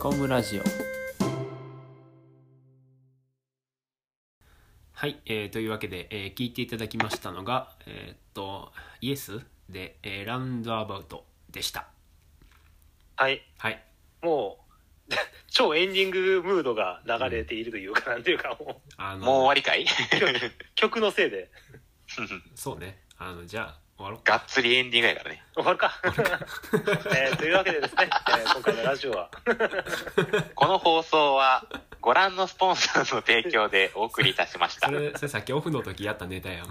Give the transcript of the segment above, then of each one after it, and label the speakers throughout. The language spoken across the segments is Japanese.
Speaker 1: コムラジオはい、えーというわけで、えー聞いていただきましたのがえーっとイエスで、えーラウンドアバウトでした
Speaker 2: はい
Speaker 1: はい
Speaker 2: もう 超エンディングムードが流れているというか、なんていうかも
Speaker 1: あの
Speaker 3: もう終わりかい
Speaker 2: う曲のせいで
Speaker 1: そうねあのじゃあ終わろう
Speaker 3: がっつりエンディングやからね。
Speaker 2: 終わるか えーというわけでですね、えー今回のラジオは
Speaker 3: この放送は、ご覧のスポンサーの提供でお送りいたしました
Speaker 1: そ。れそれさっきオフの時やったネタやん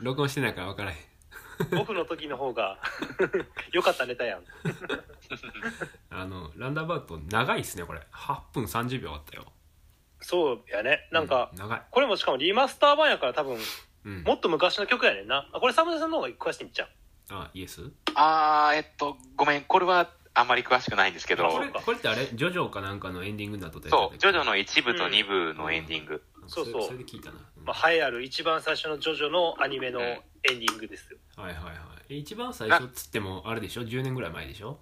Speaker 1: 録音してないから分からへん
Speaker 2: オフの時の方が 良かったネタやん
Speaker 1: あのランダーバウト長いっすねこれ8分30秒あったよ
Speaker 2: そうやねなんか、
Speaker 1: う長い、
Speaker 2: これもしかもリマスター版やから多分
Speaker 1: うん、
Speaker 2: もっと昔の曲やねんなあこれサムネさんの方が詳しいんちゃう
Speaker 1: あイエス
Speaker 3: あー、えっと、ごめん、これはあんまり詳しくないんですけど、
Speaker 1: これこれってあれジョジョかなんかのエンディングになっとったやつだっ
Speaker 3: そ
Speaker 1: た
Speaker 3: う、
Speaker 1: っ
Speaker 3: ジ
Speaker 1: け
Speaker 3: ョジョの1部と2部のエンディング。
Speaker 1: あ
Speaker 2: そうそう
Speaker 1: れそれで聞いたな、うん
Speaker 2: まあ、栄えある一番最初のジョジョのアニメのエンディングですよ。
Speaker 1: はいはいはいえ一番最初っつってもあれでしょ10年ぐらい前でしょ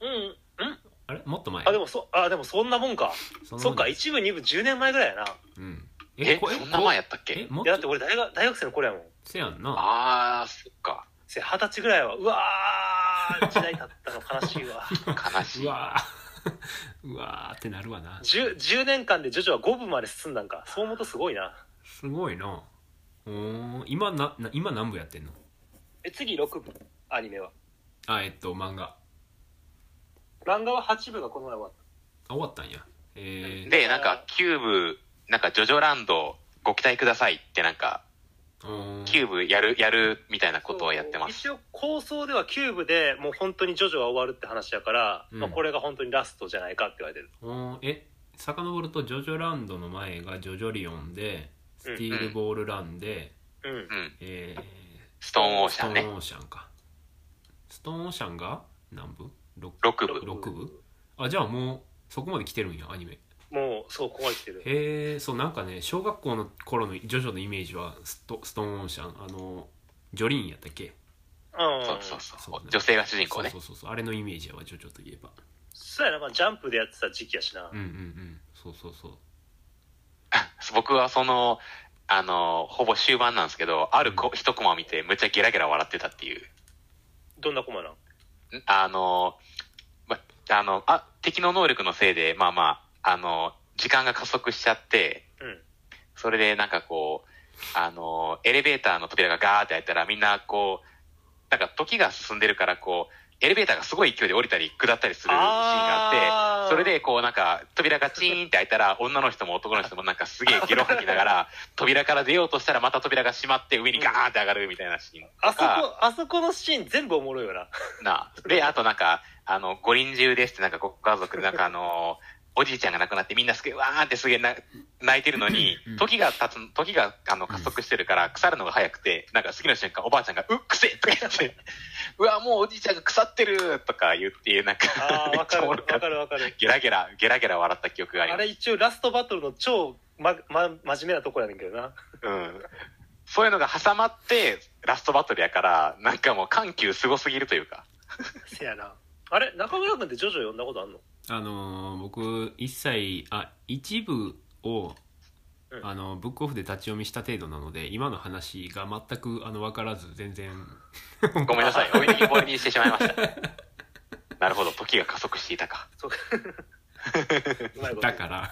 Speaker 2: うん、うん。
Speaker 1: あれもっと前
Speaker 2: あ、でもそ、あ、でもそんなもんか。
Speaker 1: そんな
Speaker 2: そっ
Speaker 1: も
Speaker 2: か、
Speaker 1: んで
Speaker 2: 一部、二部、10年前ぐらいやな。い
Speaker 1: うん
Speaker 3: え、
Speaker 1: こ
Speaker 3: そんな前やったっ
Speaker 1: え
Speaker 3: け
Speaker 1: もっ
Speaker 2: や、だって
Speaker 1: と
Speaker 2: 俺大学、大学生の頃やもん。
Speaker 1: せやんな
Speaker 3: あー、そっか。
Speaker 2: せ二十歳ぐらいは、うわー、時代経ったの悲しい わ。
Speaker 3: 悲し
Speaker 1: う
Speaker 3: い。
Speaker 1: わー うわーってなるわな
Speaker 2: 10, 10年間でジョジョは5部まで進んだんか。そう思うとすごいな。
Speaker 1: すごいなおー今なな今何部やってんの
Speaker 2: え、次6部、アニメは。
Speaker 1: あえっと漫画
Speaker 2: 漫画は8部がこの前終わっ
Speaker 1: あ終わったんやえー、
Speaker 3: で、なんか、キューブ、なんか、ジョジョランド、ご期待くださいって、なんか、
Speaker 1: おー
Speaker 3: キューブやる、やるみたいな
Speaker 2: た。
Speaker 3: ことをやってます。
Speaker 2: 一応構想では9部でもう本当にジョジョは終わるって話やから、
Speaker 1: うん
Speaker 2: まあ、これが本当にラストじゃないかって言われてる。
Speaker 1: おーえ遡るとジョジョランドの前がジョジョリオンでスティールボールランで、
Speaker 2: うん
Speaker 3: う。ん。
Speaker 1: え
Speaker 3: ストーンオ
Speaker 1: ー
Speaker 3: ーシャ
Speaker 1: ス
Speaker 3: ン
Speaker 1: トー
Speaker 3: ね。
Speaker 1: ンオーシャンかストーンオーシャンが何部 ?6
Speaker 3: 6部。
Speaker 1: 六部あじゃあもうそこまで来てるんやアニメ
Speaker 2: もうそうここまで来てる
Speaker 1: へえそうなんかね小学校の頃のジョジョのイメージはストストーンオーシャンあのジョリーンやったっけ
Speaker 2: うん
Speaker 3: そうそう
Speaker 1: そ
Speaker 3: そう
Speaker 1: ね
Speaker 3: う。女性が主人公ね
Speaker 1: そ。うそうそうそうあれのイメージやわジョジョといえば
Speaker 2: そうやな、まあ、ジャンプでやってた時期やしな、
Speaker 1: うんうんうんそうそうそう
Speaker 3: 僕はその、あの、ほぼ終盤なんですけど、あるこ一コマを見て、むっちゃゲラゲラ笑ってたっていう。
Speaker 2: どんなコマなん
Speaker 3: んあの、ま、あの、あ、敵の能力のせいで、まあまあ、あの、時間が加速しちゃって、
Speaker 2: うん
Speaker 3: それでなんかこう、あの、エレベーターの扉がガーって開いたら、みんなこう、なんか時が進んでるから、こう、エレベーターがすごい勢いで降りたり下ったりするシーンがあって、
Speaker 2: あー
Speaker 3: それで、こうなんか、扉がチーンって開いたら、女の人も男の人もなんかすげえゲロ吐きながら、扉から出ようとしたらまた扉が閉まって上にガーンって上がるみたいなシーンと
Speaker 2: あそこ
Speaker 3: か、
Speaker 2: あそこのシーン全部おもろいよな
Speaker 3: なあ、で、あとなんか、あの、五輪中ですってなんかご家族でなんかあの、おじいちゃんが亡くなってみんなすげえわーってすげえな泣いてるのに
Speaker 1: うん、
Speaker 3: 時が経つ、時があの加速してるから腐るのが早くて、なんか次の瞬間おばあちゃんが、うっくせえとか言って、うわ、もうおじいちゃんが腐ってるとか言って、なんか
Speaker 2: あ、ー
Speaker 3: め
Speaker 2: わ
Speaker 3: っ
Speaker 2: か
Speaker 3: ちゃ
Speaker 2: る
Speaker 3: おも
Speaker 2: わ
Speaker 3: ろか
Speaker 2: か
Speaker 3: った。
Speaker 2: るわかる
Speaker 3: ゲラゲラ、ゲラゲラ笑った記憶があり
Speaker 2: あ
Speaker 3: ます
Speaker 2: れ一応ラストバトルの超、まま、真面目なとこやねんけどな
Speaker 3: うんそういうのが挟まって、ラストバトルやから、なんかもう緩急すごすぎるというか。
Speaker 2: せやなあれ中村君ってジョジョ読んだことあんの
Speaker 1: あのー僕一切あ一部を、
Speaker 2: うん
Speaker 1: あのブックオフで立ち読みした程度なので今の話が全くあの分からず全然
Speaker 3: ごめんな さい。置いてきぼりにしてしまいました。なるほど。時が加速していたか。
Speaker 2: そうかうまいこと
Speaker 1: だから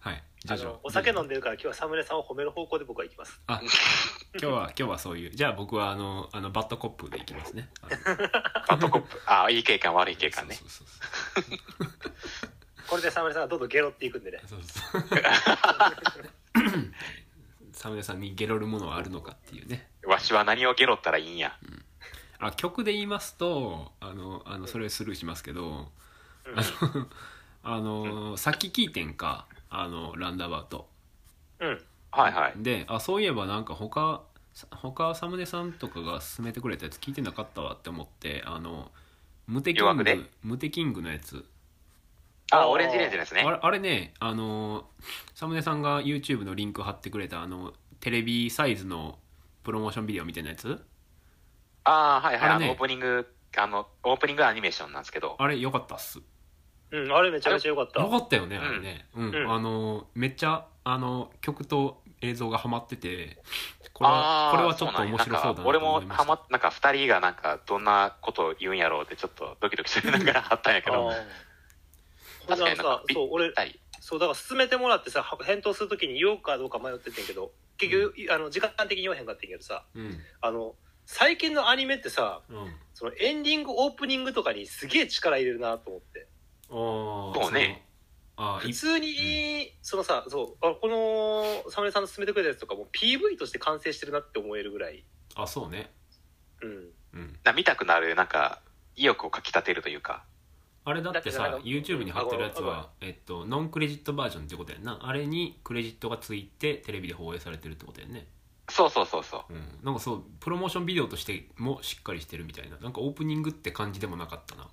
Speaker 1: はい徐
Speaker 2: あ
Speaker 1: 々
Speaker 2: のお酒飲んでるから今日はサムネさんを褒める方向で僕は行きます
Speaker 1: あ今日は今日はそういうじゃあ僕はあのあのバッドコップでいきますねあの
Speaker 3: バットコップ。ああ、いい経験、悪い経験ね
Speaker 1: そ。うそうそう
Speaker 2: これでサムネさんがどんどんゲロっていくんでね
Speaker 1: そうそうサムネさんにゲロるものはあるのかっていうね
Speaker 3: わしは何をゲロったらいいんや。
Speaker 1: あ曲で言いますとあのあのそれスルーしますけど
Speaker 2: うん
Speaker 1: あのさっき聞いてんかあのランダーバウト
Speaker 2: うん
Speaker 3: はいはい。
Speaker 1: であそういえばなんか他さ他サムネさんとかが勧めてくれたやつ聞いてなかったわって思ってあのムテキン
Speaker 3: 弱
Speaker 1: グ
Speaker 3: くね
Speaker 1: ムテキングのやつ
Speaker 3: あ、オレンジレンジです
Speaker 1: あ
Speaker 3: ね。
Speaker 1: れあれねあのサムネさんが YouTube のリンク貼ってくれたあのテレビサイズのプロモーションビデオみたいなやつ
Speaker 3: ああ、はいはい、
Speaker 1: あ
Speaker 3: あ
Speaker 1: れね
Speaker 3: の、オープニング、あの、オープニングアニメーションなんですけど、
Speaker 1: あれ良かったっす
Speaker 2: うん、あれめちゃめちゃ良かった
Speaker 1: 良。かったよねあれねうん、
Speaker 2: うん
Speaker 1: あのめっちゃあの曲と映像がハマっててこれは
Speaker 3: あー
Speaker 1: これはちょっと面白そうだな
Speaker 3: なん
Speaker 1: と
Speaker 3: か俺
Speaker 1: 思
Speaker 3: も
Speaker 1: いま
Speaker 3: ハ
Speaker 1: した
Speaker 3: マっなんか二人がなんかどんなことを言うんやろうってちょっとドキドキしながら貼ったんやけ
Speaker 2: あ
Speaker 3: ど、
Speaker 2: ーこれなん
Speaker 3: 確かになん
Speaker 2: か
Speaker 3: か、び
Speaker 2: そう、俺、
Speaker 3: 二人
Speaker 2: そう、だから進めてもらってさ、は返答するときに言おうかどうか迷っててんけど、結局、いあの、時間的に言わへんかったんやけどさ、
Speaker 1: うん
Speaker 2: あの、最近のアニメってさ、
Speaker 1: うん
Speaker 2: そのエンディング、オープニングとかにすげえ力入れるなと思って。
Speaker 1: あー
Speaker 3: そうね
Speaker 1: そのあー
Speaker 2: 普
Speaker 1: い
Speaker 2: 通に、そのさ、そう、あこの、サムネさんの勧めてくれたやつとかも PV として完成してるなって思えるぐらい。
Speaker 1: あそうね
Speaker 2: うん。
Speaker 1: うん
Speaker 3: な見たくなる、なんか、意欲をかきたてるというか、
Speaker 1: あれだって
Speaker 2: だってな
Speaker 1: さ
Speaker 2: んか
Speaker 1: YouTube に貼ってるやつ
Speaker 2: あ
Speaker 1: は、えっと、ノンクレジットバージョンってことやんなあれにクレジットがついてテレビで放映されてるってことやんね
Speaker 3: そうそうそうそう。
Speaker 1: うんなんかそうプロモーションビデオとしてもしっかりしてるみたいななんかオープニングって感じでもなかったな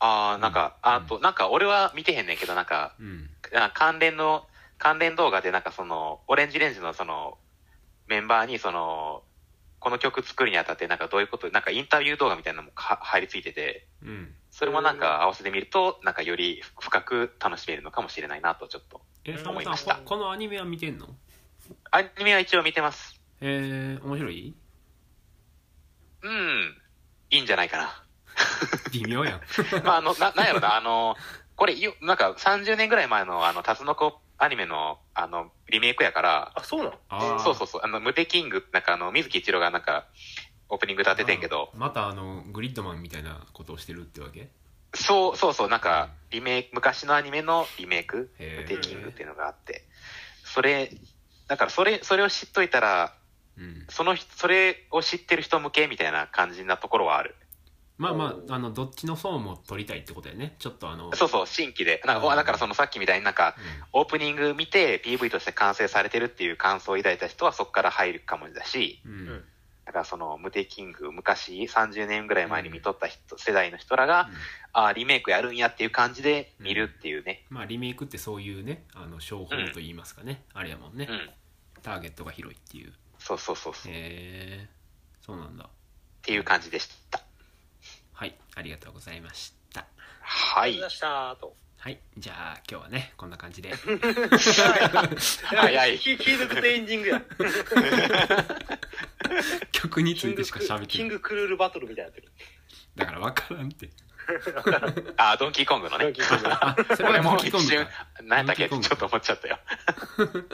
Speaker 3: ああ、なんか、
Speaker 1: うん
Speaker 3: あと、なんか俺は見てへんねんけど、なんか、
Speaker 1: うん
Speaker 3: なんか関連の、関連動画でなんかその、オレンジレンジのその、メンバーにその、この曲作るにあたってなんかどういうこと、なんかインタビュー動画みたいなのもか入りついてて、
Speaker 1: うん
Speaker 3: それもなんか合わせてみると、なんかより深く楽しめるのかもしれないなと、ちょっと。
Speaker 1: え
Speaker 2: うん
Speaker 1: サム
Speaker 3: 思い
Speaker 1: さん
Speaker 3: ました
Speaker 1: ここのアニメは見てんの
Speaker 3: アニメは一応見てます。
Speaker 1: えー、面白い
Speaker 3: うん、いいんじゃないかな。
Speaker 1: 微妙 やん
Speaker 3: まあ、あの、な、なんやろな、あの、これ、よなんか30年ぐらい前の、あの、タツノコアニメの、あの、リメイクやから、
Speaker 2: あ、そうなの
Speaker 1: あー
Speaker 3: そうそうそう、あの、ムテキング、なんかあの、水木一郎がなんか、オープニング立ててんけど、
Speaker 1: またあのグリッドマンみたいなことをしてるってわけ
Speaker 3: そうそうそう、なんか、リメイク、昔のアニメのリメイク、
Speaker 1: へ
Speaker 3: ム
Speaker 1: ー
Speaker 3: テキングっていうのがあって、それ、だからそれ、それを知っといたら、
Speaker 1: うん
Speaker 3: その人、それを知ってる人向けみたいな感じなところはある。
Speaker 1: まあまああのどっちの層も取りたいってことやねちょっとあの
Speaker 3: そうそう、新規で。なんか、
Speaker 1: うん
Speaker 3: だからそのさっきみたいになんか、オープニング見て PV として完成されてるっていう感想を抱いた人はそこから入るかもだし、
Speaker 1: うん、うん
Speaker 2: うん
Speaker 3: だからその、ムテキング、昔30年ぐらい前に見とった人、世代の人らが、あーリメイクやるんやっていう感じで見るっていうね。
Speaker 1: まあリメイクってそういうねあの商法といいますかね、あれやもんね、
Speaker 3: うん。
Speaker 1: ターゲットが広いっていう
Speaker 3: そうそうそうそう。っ
Speaker 1: へえそうなんだ
Speaker 3: ていう感じでした。
Speaker 1: はいありがとうございました
Speaker 2: あ
Speaker 3: は
Speaker 2: り
Speaker 3: い
Speaker 2: がとうございま。したと。
Speaker 1: はいじゃあ今日はねこんな感じで
Speaker 3: 早い
Speaker 2: 気気抜くとエンディングや。
Speaker 1: 曲に
Speaker 2: キ
Speaker 1: つ
Speaker 2: ン
Speaker 1: い
Speaker 2: グ
Speaker 1: てしか喋って
Speaker 2: キ
Speaker 1: な
Speaker 2: ン
Speaker 1: い
Speaker 2: グクルールバトルみたいになってる。
Speaker 1: だから分からんって
Speaker 3: あー、ドンキーコングの
Speaker 2: ドン
Speaker 3: ね。
Speaker 2: キー コング
Speaker 1: あそれ
Speaker 3: 俺
Speaker 1: はドン
Speaker 3: も
Speaker 1: キーコ
Speaker 3: 一
Speaker 1: ング
Speaker 3: 瞬
Speaker 1: か、
Speaker 3: 何やったっけっ
Speaker 1: ドン
Speaker 3: て
Speaker 1: キー
Speaker 3: ち
Speaker 1: コ
Speaker 3: ょ
Speaker 1: ング
Speaker 3: っと思っちゃったよ。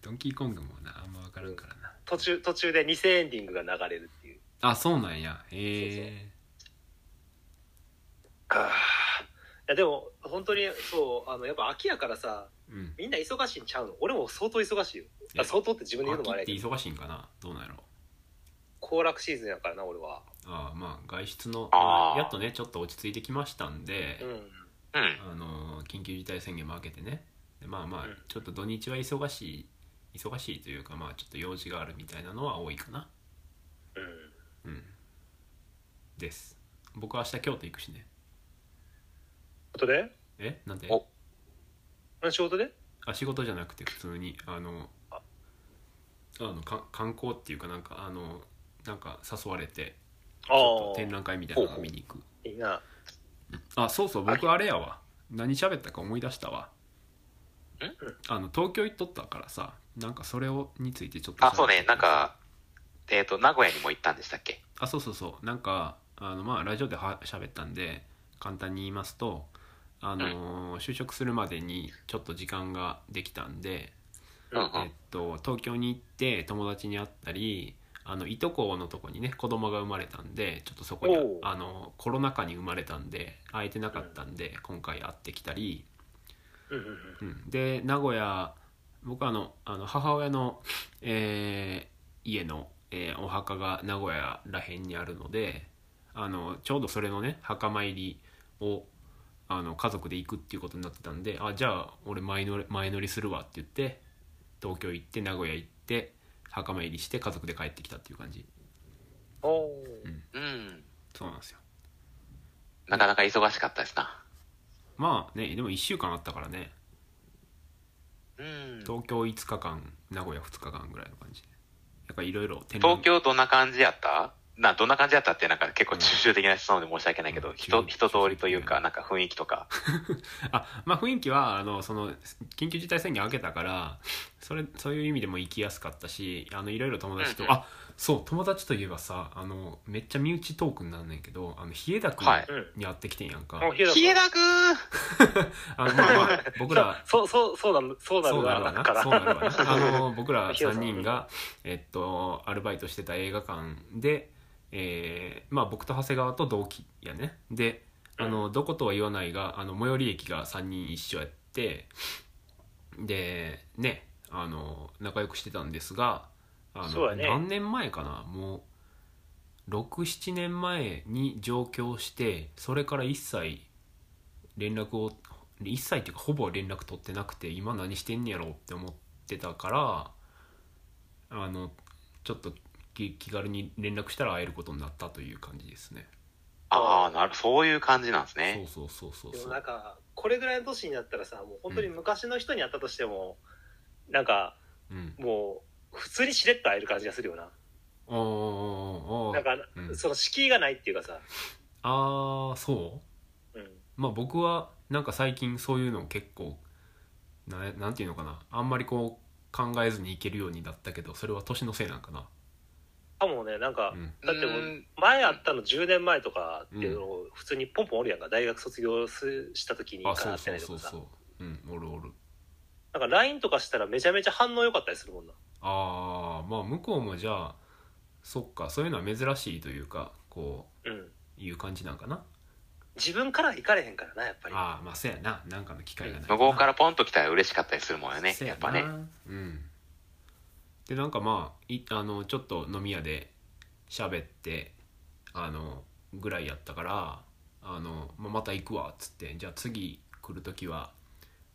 Speaker 1: ドンキーコングもなあんま分からんからな
Speaker 2: 途中、途中で偽エンディングが流れるっていう。
Speaker 1: あそうなんやへえ
Speaker 2: いやでも本当にそうあのやっぱ秋やからさ
Speaker 1: うん
Speaker 2: みんな忙しいんちゃうの俺も相当忙しいよ
Speaker 1: いや
Speaker 2: あ相当って自分で言うのもあれや
Speaker 1: 秋
Speaker 2: け
Speaker 1: っ
Speaker 2: ど
Speaker 1: て忙しいんかなどうなんやろう
Speaker 2: 行楽シーズンやからな俺は
Speaker 1: ああまあ外出の
Speaker 3: あー
Speaker 1: やっとねちょっと落ち着いてきましたんで、
Speaker 2: うん
Speaker 3: うん。
Speaker 1: あのー緊急事態宣言も明けてねでまあまあ
Speaker 2: うん
Speaker 1: ちょっと土日は忙しい忙しいというかまあちょっと用事があるみたいなのは多いかな
Speaker 2: うん
Speaker 1: うんです僕は明日京都行くしね
Speaker 2: 仕事で
Speaker 1: えなんで
Speaker 3: お
Speaker 2: 何仕事で
Speaker 1: あ仕事じゃなくて普通にあのあのか観光っていうかなんかあのなんか誘われて
Speaker 2: あ
Speaker 1: ちょっと展
Speaker 2: あ
Speaker 1: 覧会みたいなの見に行く
Speaker 2: いいな
Speaker 1: あそうそう僕あれやわ何喋ったか思い出したわ
Speaker 3: ん
Speaker 1: あの東京行っとったからさなんかそれをについてちょっと
Speaker 3: あ、そうね、なんか、えっ、と、名古屋にも行ったんでしたっけ
Speaker 1: あそうそうそうなんかあのまあラジオでは喋ったんで簡単に言いますとあのー就職するまでにちょっと時間ができたんで、
Speaker 3: うんう
Speaker 1: えっ
Speaker 3: ん。
Speaker 1: と、東京に行って友達に会ったりあのいとこのとこにね子供が生まれたんでちょっとそこに
Speaker 2: おう
Speaker 1: あのコロナ禍に生まれたんで会えてなかったんで今回会ってきたり、
Speaker 2: うんうんうん
Speaker 1: うん、で名古屋僕はあのあの母親の、えー家の、えーお墓が名古屋らへんにあるのであのちょうどそれのね墓参りをあの家族で行くっていうことになってたんであじゃあ俺前乗り前乗りするわって言って東京行って名古屋行って墓参りして家族で帰ってきたっていう感じうん
Speaker 2: おー
Speaker 3: うん。
Speaker 1: そうなんですよ
Speaker 3: なかなか忙しかったですな。
Speaker 1: まあねでも1週間あったからね
Speaker 3: うん。
Speaker 1: 東京5日間名古屋2日間ぐらいの感じなんかいろいろ展
Speaker 3: 東京どんな感じやったな、どんな感じやったって、なんか結構抽象的な質問で申し訳ないけど、
Speaker 1: うん
Speaker 3: 人、人通りという
Speaker 1: 抽象的な
Speaker 3: か、なんか雰囲気とか。
Speaker 1: あまあ雰囲気はあのその緊急事態宣言明けたからそれそういう意味でも行きやすかったしあのいろいろ友達と、
Speaker 3: うんうん
Speaker 1: あそう友達といえばさあのめっちゃ身内トークになんねんけどあの日枝君
Speaker 3: はい
Speaker 1: に会ってきてんやんか、
Speaker 2: もう冷
Speaker 3: 冷えだくー
Speaker 1: あのまあまあ僕ら
Speaker 2: そうそうそうなるそうな
Speaker 1: そ
Speaker 2: る
Speaker 1: うなるわ
Speaker 2: わだか
Speaker 1: な
Speaker 2: ら
Speaker 1: そうなるわなあの僕ら
Speaker 2: ヒデさ
Speaker 1: 3
Speaker 2: ん
Speaker 1: 人が、えっと、アルバイトしてた映画館で、えーまあ、僕と長谷川と同期やねであの、どことは言わないがあの最寄り駅が3人一緒やってでねあの仲良くしてたんですがあ
Speaker 2: そう
Speaker 1: の、
Speaker 2: だね
Speaker 1: 何年前かなもう67年前に上京してそれから一切連絡を一切っていうかほぼ連絡取ってなくて今何してんねやろうって思ってたからあのちょっと気気軽に連絡したら会えることになったという感じですね
Speaker 3: ああ、なる、そういう感じなんですね。
Speaker 1: そうそうそうそう
Speaker 2: で
Speaker 1: そ
Speaker 2: も
Speaker 1: う
Speaker 2: なんかこれぐらいの年になったらさもう本当に昔の人に会ったとしても、なんか
Speaker 1: うん
Speaker 2: もう普通にしれっと会える感じがするよな、
Speaker 1: おーおーおー
Speaker 2: なんか、
Speaker 1: うん
Speaker 2: その敷居がないっていうかさ、
Speaker 1: ああそう
Speaker 2: うん、
Speaker 1: まあ僕はなんか最近そういうのを結構ななんていうのかなあんまりこう考えずにいけるようになったけどそれは年のせいなんかな
Speaker 2: かもねなんか、
Speaker 1: うん
Speaker 2: だっても
Speaker 3: う
Speaker 2: うん前あったの10年前とかっていうのを普通にポンポンおるやんか大学卒業すした時に
Speaker 1: あ
Speaker 2: か
Speaker 1: そ
Speaker 2: な
Speaker 1: う
Speaker 2: って
Speaker 1: そ
Speaker 2: な
Speaker 1: う
Speaker 2: いと
Speaker 1: そう
Speaker 2: かさ
Speaker 1: そううんおるおる
Speaker 2: なんか LINE とかしたらめちゃめちゃ反応良かったりするもんな
Speaker 1: ああまあ向こうもじゃあそっかそういうのは珍しいというかこ
Speaker 2: うん
Speaker 1: ういう感じなんかな
Speaker 2: 自分からは行かれへんからなやっぱり
Speaker 1: ああまあそうやななんかの機会がない
Speaker 3: 向こうからポンと来たら嬉しかったりするもんよね。
Speaker 1: そう
Speaker 3: や
Speaker 1: や
Speaker 3: っ
Speaker 1: な
Speaker 3: ぱね。
Speaker 1: うんでなんかまあいあのちょっと飲み屋で喋ってあのぐらいやったからあの、まあ、また行くわっつってじゃあ次来る時は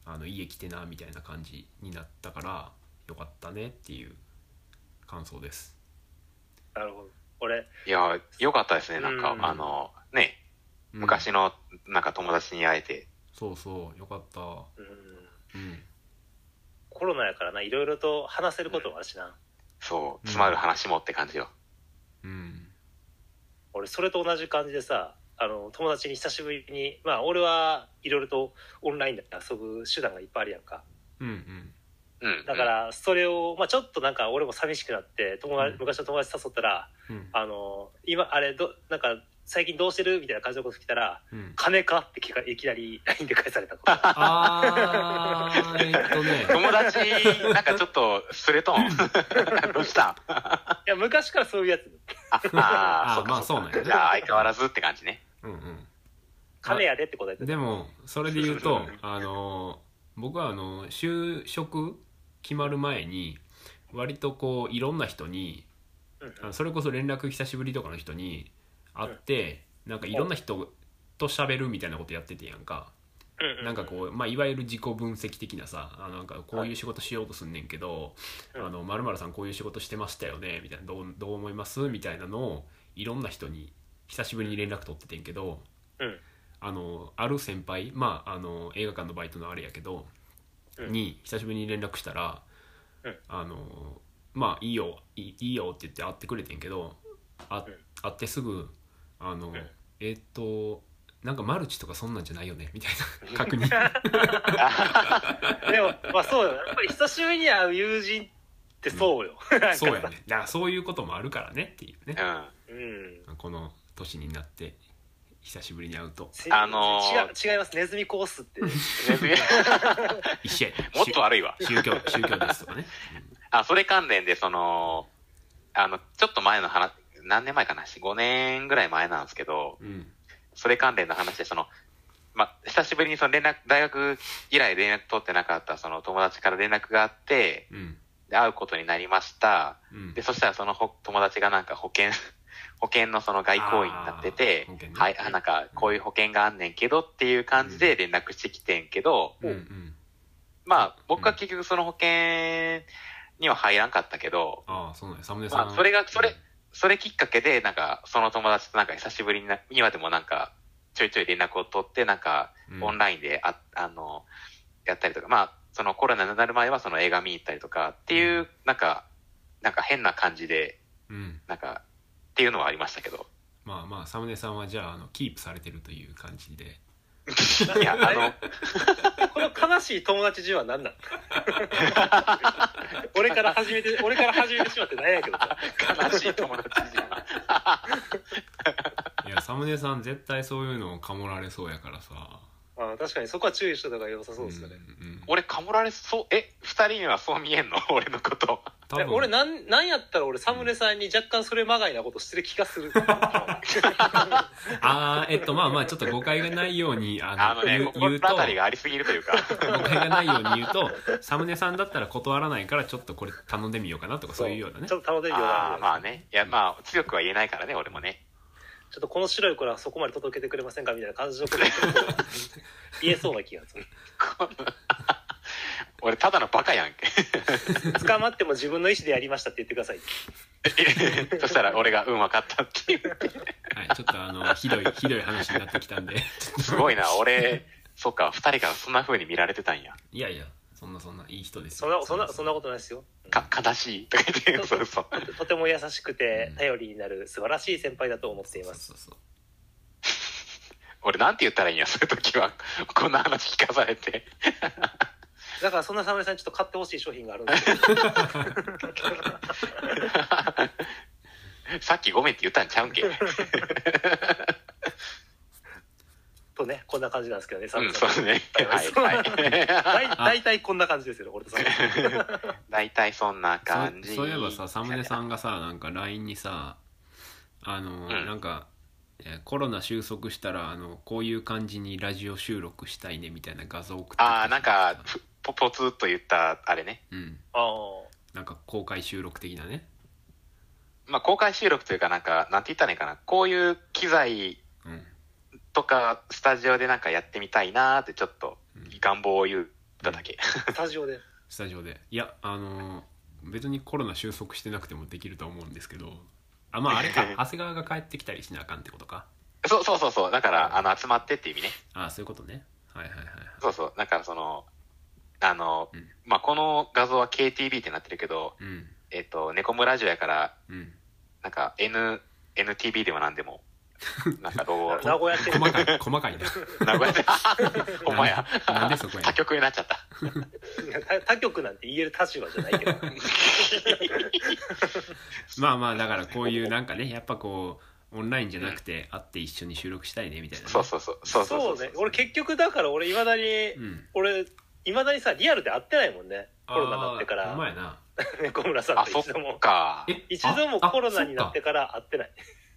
Speaker 1: あの家来てなみたいな感じになったからよかったねっていう感想です
Speaker 2: なるほど俺
Speaker 3: いや、よかったですね。なんか
Speaker 2: う、ん
Speaker 3: あの、ね、
Speaker 1: うん
Speaker 3: 昔の、なんか友達に会えて。
Speaker 1: そうそうよかった
Speaker 2: うん
Speaker 1: うん
Speaker 2: コロナやからないろいろと話せることもあるしな、
Speaker 3: そう、詰まる話もって感じよ。
Speaker 1: うん
Speaker 2: 俺それと同じ感じでさあの友達に久しぶりにまあ俺はいろいろとオンラインで遊ぶ手段がいっぱいあるやんか
Speaker 1: うんうん
Speaker 3: うん。
Speaker 2: だか、らそれを、まあ、ちょっとなんか俺も寂しくなって友達
Speaker 1: うん
Speaker 2: 昔の友達誘ったら
Speaker 1: うん
Speaker 2: 「あの今あれどなんか最近どうしてる?」みたいな感じのこと来たら
Speaker 1: うん
Speaker 2: 「金か?」って聞かいきなり LINE で返されたこと
Speaker 1: あーえっとね
Speaker 3: 友達、なんかちょっと、スレト ーン。どうした
Speaker 2: いや昔からそういうやつ
Speaker 3: あ
Speaker 1: あ
Speaker 3: あ
Speaker 1: ー
Speaker 3: ー、
Speaker 1: まあ
Speaker 3: そ
Speaker 1: そうう
Speaker 3: か
Speaker 1: なんや
Speaker 3: じゃあ、相変わらずって感じね。
Speaker 1: うんうん
Speaker 2: 「金やで」って答えてた
Speaker 1: でもそれで言うとあの僕はあの就職決まる前に割とこういろんな人に
Speaker 2: うん
Speaker 1: あのそれこそ連絡久しぶりとかの人に会って、なんかいろんな人と喋るみたいなことやっててやんか、
Speaker 2: うんうん
Speaker 1: なんかこう、まあ、いわゆる自己分析的なさあのなんかこういう仕事しようとすんねんけど「
Speaker 2: はい
Speaker 1: あのまるさんこういう仕事してましたよね」みたいな「どうどう思います?」みたいなのをいろんな人に久しぶりに連絡取っててんけど、
Speaker 2: うん
Speaker 1: あのある先輩、まあ、あの映画館のバイトのあれやけど、
Speaker 2: うん
Speaker 1: に久しぶりに連絡したら「
Speaker 2: うん
Speaker 1: あのまあいいよいいいいよ」って言って会ってくれてんけどあ
Speaker 2: うん
Speaker 1: 会ってすぐ「あの
Speaker 2: ん
Speaker 1: えーっ、となんかマルチとかそんなんじゃないよね」みたい な確認
Speaker 2: でもまあそうよやっぱり久しぶりに会う友人ってそうよ、
Speaker 1: そうやねだからそういうこともあるからねっていうね
Speaker 3: うん。
Speaker 2: うん
Speaker 1: この年になって久しぶりに会うと
Speaker 2: せ
Speaker 3: あのー
Speaker 2: 違う違いますネズミコースって
Speaker 3: ネズミ
Speaker 1: 一緒やね
Speaker 3: もっと悪いわ。
Speaker 1: 宗教宗教ですとかね、
Speaker 3: あ、それ関連で、その、あの、ちょっと前の話、何年前かな ?5 年ぐらい前なんですけど、
Speaker 1: うんうん、
Speaker 3: それ関連の話で、その、ま、久しぶりにその連絡、大学以来連絡取ってなかったその友達から連絡があって、
Speaker 1: うん
Speaker 3: で、会うことになりました。
Speaker 1: うん
Speaker 3: で、そしたらそのほ友達がなんか保険、 保険のその外交員になってて
Speaker 1: あー保険ね、
Speaker 3: はい、あなんかこういう保険があんねんけどっていう感じで連絡してきてんけど、
Speaker 1: うんうん、
Speaker 3: まあ僕は結局その保険には入らんかったけど、
Speaker 1: ああそうなんやサムネさ
Speaker 3: ま
Speaker 1: ん
Speaker 3: あそれが、それ、それきっかけで、なんかその友達となんか久しぶりにな今でもなんかちょいちょい連絡を取って、なんか
Speaker 1: うん
Speaker 3: オンラインであ、あの、やったりとか、まあ、そのコロナになる前はその映画見に行ったりとかっていう、なんか、なんか変な感じで、
Speaker 1: うん
Speaker 3: なんか、っていうのはありましたけ ど。
Speaker 1: まあまあサムネさんはじゃああのキープされてるという感じで
Speaker 3: いや、あの、
Speaker 2: この悲しい友達順は 何なの俺から始めて、俺から始めてしまってなんやけどさ。
Speaker 3: 悲しい友達じゃん。
Speaker 1: いやサムネさん絶対そういうのをかもられそうやからさ
Speaker 2: まあ確かにそこは注意してた方が良さそうですよね。
Speaker 1: んうん
Speaker 3: 俺、かもられそう、え、二人にはそう見えんの俺の こと。
Speaker 1: 多分
Speaker 2: 俺なん、なんやったら俺サムネさんに若干それまがいなことしてる気がする。
Speaker 1: ああえっとまあまあちょっと誤解がないようにあの
Speaker 3: あのね、
Speaker 1: 言う言
Speaker 3: 心
Speaker 1: うと
Speaker 3: 当たりがありすぎるという か。
Speaker 1: 誤解がないように言うとサムネさんだったら断らないからちょっとこれ頼んでみようかなとか そういうようなね
Speaker 2: ちょっと頼んでみよう
Speaker 3: ああ、ま
Speaker 2: な
Speaker 3: あね。いや、まあ、強くは言えないからね、俺もね。
Speaker 2: ちょっとこの白い子らはそこまで届けてくれませんかみたいな感じのこと言えそうな気がする。
Speaker 3: この俺、ただのバカやんけ。
Speaker 2: 捕まっても自分の意思でやりましたって言ってください。
Speaker 3: そしたら、俺が、うん、わかったっていう。
Speaker 1: はい、ちょっとあのひどいひどい話になってきたんで
Speaker 3: すごいな、俺、そっか、二人からそんな風に見られてたんや。
Speaker 1: いやいやそんなそんないい人です
Speaker 2: そ
Speaker 1: よ
Speaker 2: んな、そんな、
Speaker 1: サ
Speaker 2: そ
Speaker 1: ムネ
Speaker 2: んなことないです よ。
Speaker 3: か、悲しいとか言って、そうそう。
Speaker 2: ととても優しくて
Speaker 1: うん
Speaker 2: 頼りになる素晴らしい先輩だと思ってい
Speaker 1: さん
Speaker 2: ます。
Speaker 1: そうそうそう
Speaker 3: 俺、なんて言ったらいいんや、そういう時は。こんな話聞かされて。
Speaker 2: だからそんなサムネさんにちょっと買ってほしい商品が あるんですよ。
Speaker 3: さっきごめんって言ったんちゃうんけ。
Speaker 2: とね、こんな感じなんですけどね、サ
Speaker 3: う
Speaker 2: ム
Speaker 3: ん、
Speaker 2: ネさ
Speaker 3: そ
Speaker 2: ん。
Speaker 3: うね。はい、はい。
Speaker 2: 大 大体こんな感じですよね、俺とサムネさん。
Speaker 3: 大体そんな
Speaker 1: そ
Speaker 3: 感じ。
Speaker 1: うそういえばさサムネさんがさなんか LINE にさあの、
Speaker 3: うん
Speaker 1: なんかえーコロナ収束したらあのこういう感じにラジオ収録したいねみたいな画像送ってきた
Speaker 3: ああ、なんか、ふぽぽつっと言った、あれね。
Speaker 1: うん
Speaker 2: あ
Speaker 1: なんか公開収録的なね
Speaker 3: まあ、公開収録というか、なんか、なんて言ったらいいかな。こういう機材
Speaker 1: うん
Speaker 3: とか、スタジオでなんかやってみたいなーって、ちょっと
Speaker 1: うん、
Speaker 3: 願望を言っただけ。
Speaker 2: あ、スタジオで。
Speaker 1: スタジオでいやあのー別にコロナ収束してなくてもできると思うんですけどあまああれか 長谷川が帰ってきたりしなあかんってことか
Speaker 3: そうそうそうそう。だから、あの、集まってっていう意味ね。
Speaker 1: ああそういうことねはいはいはいはい
Speaker 3: そうそう。だから、その、あの、
Speaker 1: うん
Speaker 3: まあ、この画像は KTB ってなってるけど、
Speaker 1: うん
Speaker 3: えっと、ネコムラジオやから、
Speaker 1: うん
Speaker 3: なんか、N、NTB でもなん でも、なんかどう、
Speaker 2: 名古屋店
Speaker 1: 細かい細か いな
Speaker 3: 名古屋で、 お前や。
Speaker 1: なんでそこや
Speaker 3: 他局になっちゃ った。
Speaker 2: 他 他局なんて言える立場じゃないけど。
Speaker 1: まあまあだからこういうなんかねやっぱこうオンラインじゃなくて会って一緒に収録したいねみたいなね、
Speaker 3: そうそうそう。そうそうそう
Speaker 2: ね。俺結局だから俺いまだに、
Speaker 1: うん
Speaker 2: 俺、いまだにさ、リアルで会ってないもんね。コロナになってか
Speaker 1: あー
Speaker 2: ら
Speaker 1: ほん、まやな
Speaker 2: 猫村さん
Speaker 3: あ、
Speaker 2: と
Speaker 3: そ
Speaker 2: 一度も
Speaker 3: っ。か。
Speaker 1: え
Speaker 2: 一度も
Speaker 1: ああ
Speaker 2: コロナになって
Speaker 1: そっか
Speaker 2: から会ってない。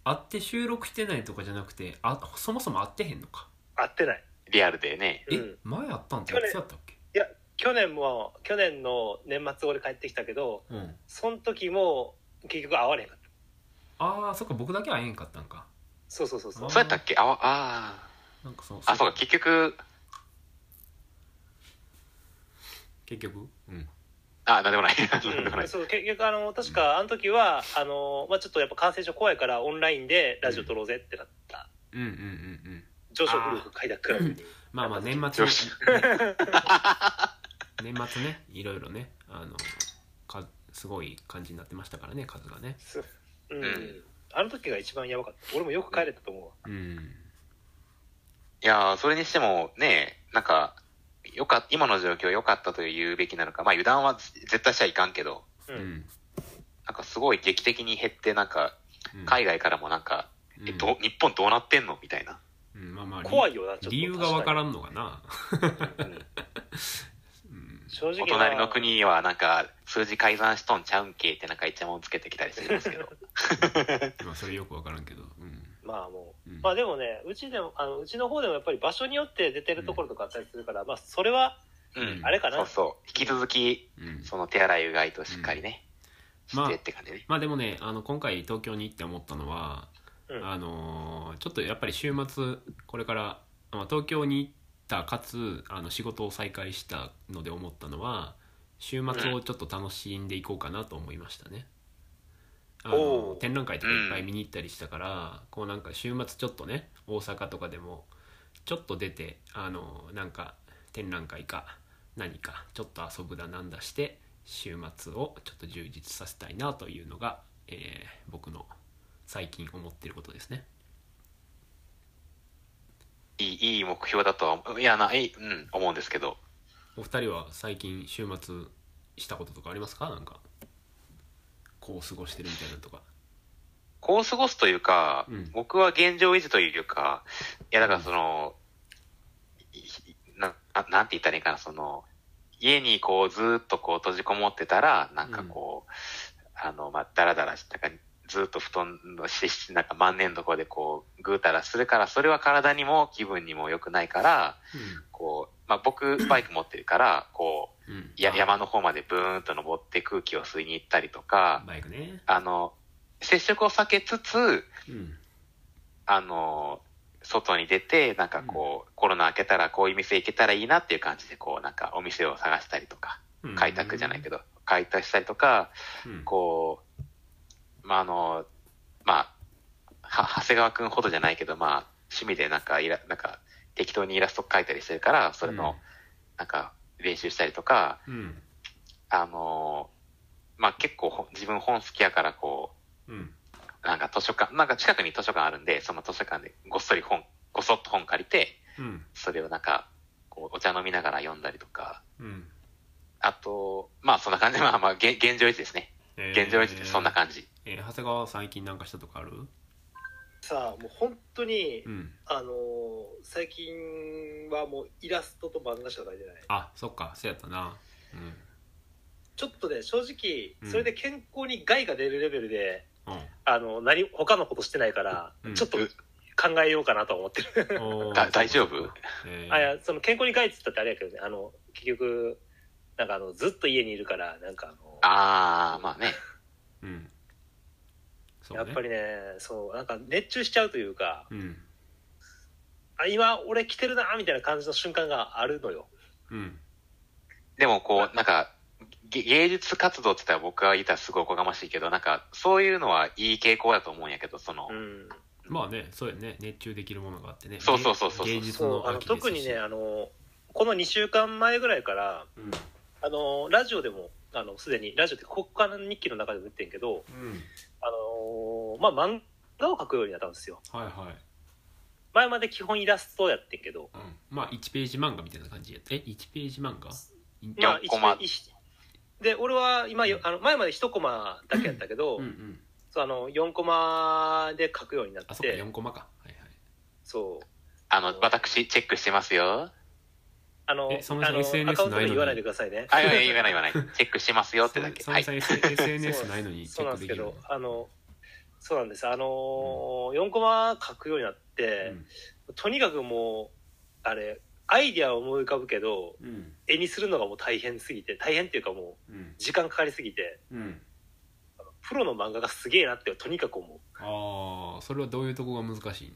Speaker 1: 会って収録してないとかじゃなくてあそもそも会ってへんのか、
Speaker 2: 会ってない。
Speaker 3: リアルでね。
Speaker 2: う
Speaker 1: え
Speaker 2: ん。
Speaker 1: 前会ったんってい
Speaker 2: 去年
Speaker 1: つやったっけ
Speaker 2: 去年も、去年の年末俺帰ってきたけど、
Speaker 1: うん
Speaker 2: その時も結局会われへんかった。
Speaker 1: ああそっか僕だけ会えへんかったんか
Speaker 2: そうそうそうそう
Speaker 1: あ。
Speaker 3: そうやったっけあわ、あ
Speaker 1: なんかそう
Speaker 3: あ。あ、そうか、結局、
Speaker 1: 結局うん
Speaker 3: あ、なんでもない。 なんでも
Speaker 2: う
Speaker 3: ない
Speaker 2: ん、。そう結局あの確かあの時はあの、まあ、ちょっとやっぱ感染症怖いからオンラインでラジオ撮ろうぜってなった
Speaker 1: うんうんうんうん
Speaker 2: 上昇グループ快諾クラブに
Speaker 1: まあまあ年末
Speaker 3: よ
Speaker 1: に
Speaker 3: し
Speaker 1: 年末ねいろいろねあのかすごい感じになってましたからね数がね
Speaker 2: うん、
Speaker 3: うん
Speaker 2: あの時が一番やばかった俺もよく帰れたと思うわ
Speaker 1: うん
Speaker 3: いやー、それにしてもね、なんか、よか、今の状況良かったと言うべきなのか、まあ油断は絶対しちゃいかんけど、
Speaker 2: う、
Speaker 1: うんん
Speaker 3: なんかすごい劇的に減って、なんか、
Speaker 1: うん
Speaker 3: 海外からもなんか、え、ど、日本どうなってんのみたいな。
Speaker 1: うんまあまあ
Speaker 2: 怖いよなちょっと
Speaker 1: 理由がわからんのかなうん
Speaker 2: 正直
Speaker 3: お
Speaker 2: な
Speaker 3: 隣の国はなんか、数字改ざんしとんちゃうんけってなんかイチャモンつけてきたりするんですけ ど。
Speaker 1: まあそれよくわからんけどうん
Speaker 2: まあもう、
Speaker 1: うん
Speaker 2: まあでもねうちでもあのうちの方でもやっぱり場所によって出てるところとかあったりするから、まあそれは
Speaker 3: うん。
Speaker 2: あれかな、
Speaker 3: そうそう。引き続き、
Speaker 1: うん
Speaker 3: その手洗いうがいとしっかりね、
Speaker 1: うん
Speaker 3: してって感じね。
Speaker 1: まあでもねあの今回東京に行って思ったのは
Speaker 2: うん
Speaker 1: あのーちょっとやっぱり週末これから、まあ、東京に行ったかつあの仕事を再開したので思ったのは週末をちょっと楽しんでいこうかなと思いましたね。あ
Speaker 2: お
Speaker 1: の
Speaker 2: う
Speaker 1: 展覧会とかいっぱい見に行ったりしたから、こうなんか週末ちょっとね大阪とかでもちょっと出てあのなんか展覧会か何かちょっと遊ぶだなんだして週末をちょっと充実させたいなというのが、えー僕の最近思っていることですね。
Speaker 3: いい、いい目標だとは思う、いや、ないい、うん、思うんですけど。
Speaker 1: お二人は最近週末したこととかありますかなんかこう過ごしてるみたいなのとか。
Speaker 3: こう過ごすというか、
Speaker 1: うん
Speaker 3: 僕は現状維持というか、いや、だからその、いいなななんて言ったらいいかな、その、家にこうずーっとこう閉じこもってたら、なんかこう、あの、まあ、だらだらし、なんかずーっと布団のし、しなんか万年床でこう、ぐうたらするから、それは体にも気分にも良くないから、こう、まあ、僕、バイク持ってるから、こう、
Speaker 1: うん。うん、
Speaker 3: や山の方までブーンと登って空気を吸いに行ったりとか、
Speaker 1: バイクね。
Speaker 3: あの、接触を避けつつ、
Speaker 1: うん。
Speaker 3: あの、外に出て、なんかこう、コロナ明けたらこういう店行けたらいいなっていう感じで、こう、なんかお店を探したりとか、
Speaker 1: うん
Speaker 3: 開拓じゃないけど、開拓したりとか、
Speaker 1: うん
Speaker 3: こう、まあ、あの、まあ、は、長谷川くんほどじゃないけど、まあ、趣味でなんか、イラ、なんか、適当にイラスト描いたりしてるから、それの、なんか、練習したりとか、
Speaker 1: うん。
Speaker 3: あのーまあ、結構ほ自分本好きやからこ
Speaker 1: うん。
Speaker 3: う、なんか図書館、なんか近くに図書館あるんで、その図書館でごっそり本、ごそっと本借りて、
Speaker 1: うん。
Speaker 3: それをなんか、こう、お茶飲みながら読んだりとか、
Speaker 1: うん。
Speaker 3: あと、まあそんな感じで、ま あまあ、げ現状維持ですね。
Speaker 1: えー
Speaker 3: 現状維持ってそんな感じ。
Speaker 1: えー長谷川は最近なんかしたとかある
Speaker 2: さあもう本当に、
Speaker 1: うん。
Speaker 2: あのー最近はもうイラストと漫画しか書いてない
Speaker 1: あ、そっか、そうやったな。うん。
Speaker 2: ちょっとね正直
Speaker 1: うん
Speaker 2: それで健康に害が出るレベルで、
Speaker 1: うん
Speaker 2: あの何他のことしてないから、
Speaker 1: うん
Speaker 2: ちょっと考えようかなとは思ってる、
Speaker 1: おー
Speaker 3: だ大丈夫
Speaker 1: えー
Speaker 2: あいやその健康に害っつったってあれやけどねあの結局なんかあのずっと家にいるからなんかあの
Speaker 3: ああ、まあね。
Speaker 1: うん。そう
Speaker 2: や
Speaker 1: ね
Speaker 2: っぱりねそうなんか熱中しちゃうというか
Speaker 1: うん。
Speaker 2: あ今俺来てるなみたいな感じの瞬間があるのよ
Speaker 1: うん。
Speaker 3: でもこう、なんか、げ芸術活動って言ったら僕が言ったらすごいおこがましいけど、なんか、そういうのはいい傾向だと思うんやけど、その、
Speaker 2: うん
Speaker 1: まあね、そうやね。熱中できるものがあってね。
Speaker 3: そうそうそうそう
Speaker 1: 芸術
Speaker 2: そう
Speaker 1: の
Speaker 2: あの
Speaker 1: 秋ですし
Speaker 2: 特にね、あのこの2週間前ぐらいから
Speaker 1: うん。
Speaker 2: あのラジオでもあのすでにラジオって国家日記の中でも言ってんけど
Speaker 1: うん。
Speaker 2: あのーまあ漫画を描くようになったんですよ
Speaker 1: はいはい。
Speaker 2: 前まで基本イラストやってんけど
Speaker 1: うん、まあ1ページ漫画みたいな感じやったえ1ページ漫画
Speaker 3: いや
Speaker 2: まあ一
Speaker 3: コマ
Speaker 2: 一で俺は今よあの前まで1コマだけやったけど、
Speaker 1: うんうん
Speaker 2: そうあの4コマで描くようになっ
Speaker 1: あそっか
Speaker 2: て
Speaker 1: 4コマかはいはい
Speaker 2: そう
Speaker 3: あの、私、チェックしてますよ。
Speaker 2: あの
Speaker 1: えその
Speaker 2: あの
Speaker 1: SNS
Speaker 2: アカウント
Speaker 1: ないのに
Speaker 2: で言わないでくださいね
Speaker 3: あ、いやいや言わない言わない。チェックしてますよってだけ。
Speaker 1: そ
Speaker 3: は
Speaker 1: の
Speaker 3: い。
Speaker 1: 際 SNS ないのにチ
Speaker 2: そう
Speaker 1: ェ
Speaker 2: な
Speaker 1: ッ
Speaker 2: ん
Speaker 1: クで
Speaker 2: ですけ
Speaker 1: きるの
Speaker 2: どあのそうなんですあのー、4コマ書くようになって、とにかくもうあれアイディアを思い浮かぶけど
Speaker 1: うんうん
Speaker 2: 絵にするのがもう大変すぎて大変っていうかも
Speaker 1: うん
Speaker 2: う時間かかりすぎて
Speaker 1: うん
Speaker 2: プロの漫画がすげえなってとにかく思う
Speaker 1: ああそれはどういうとこが難しい
Speaker 2: い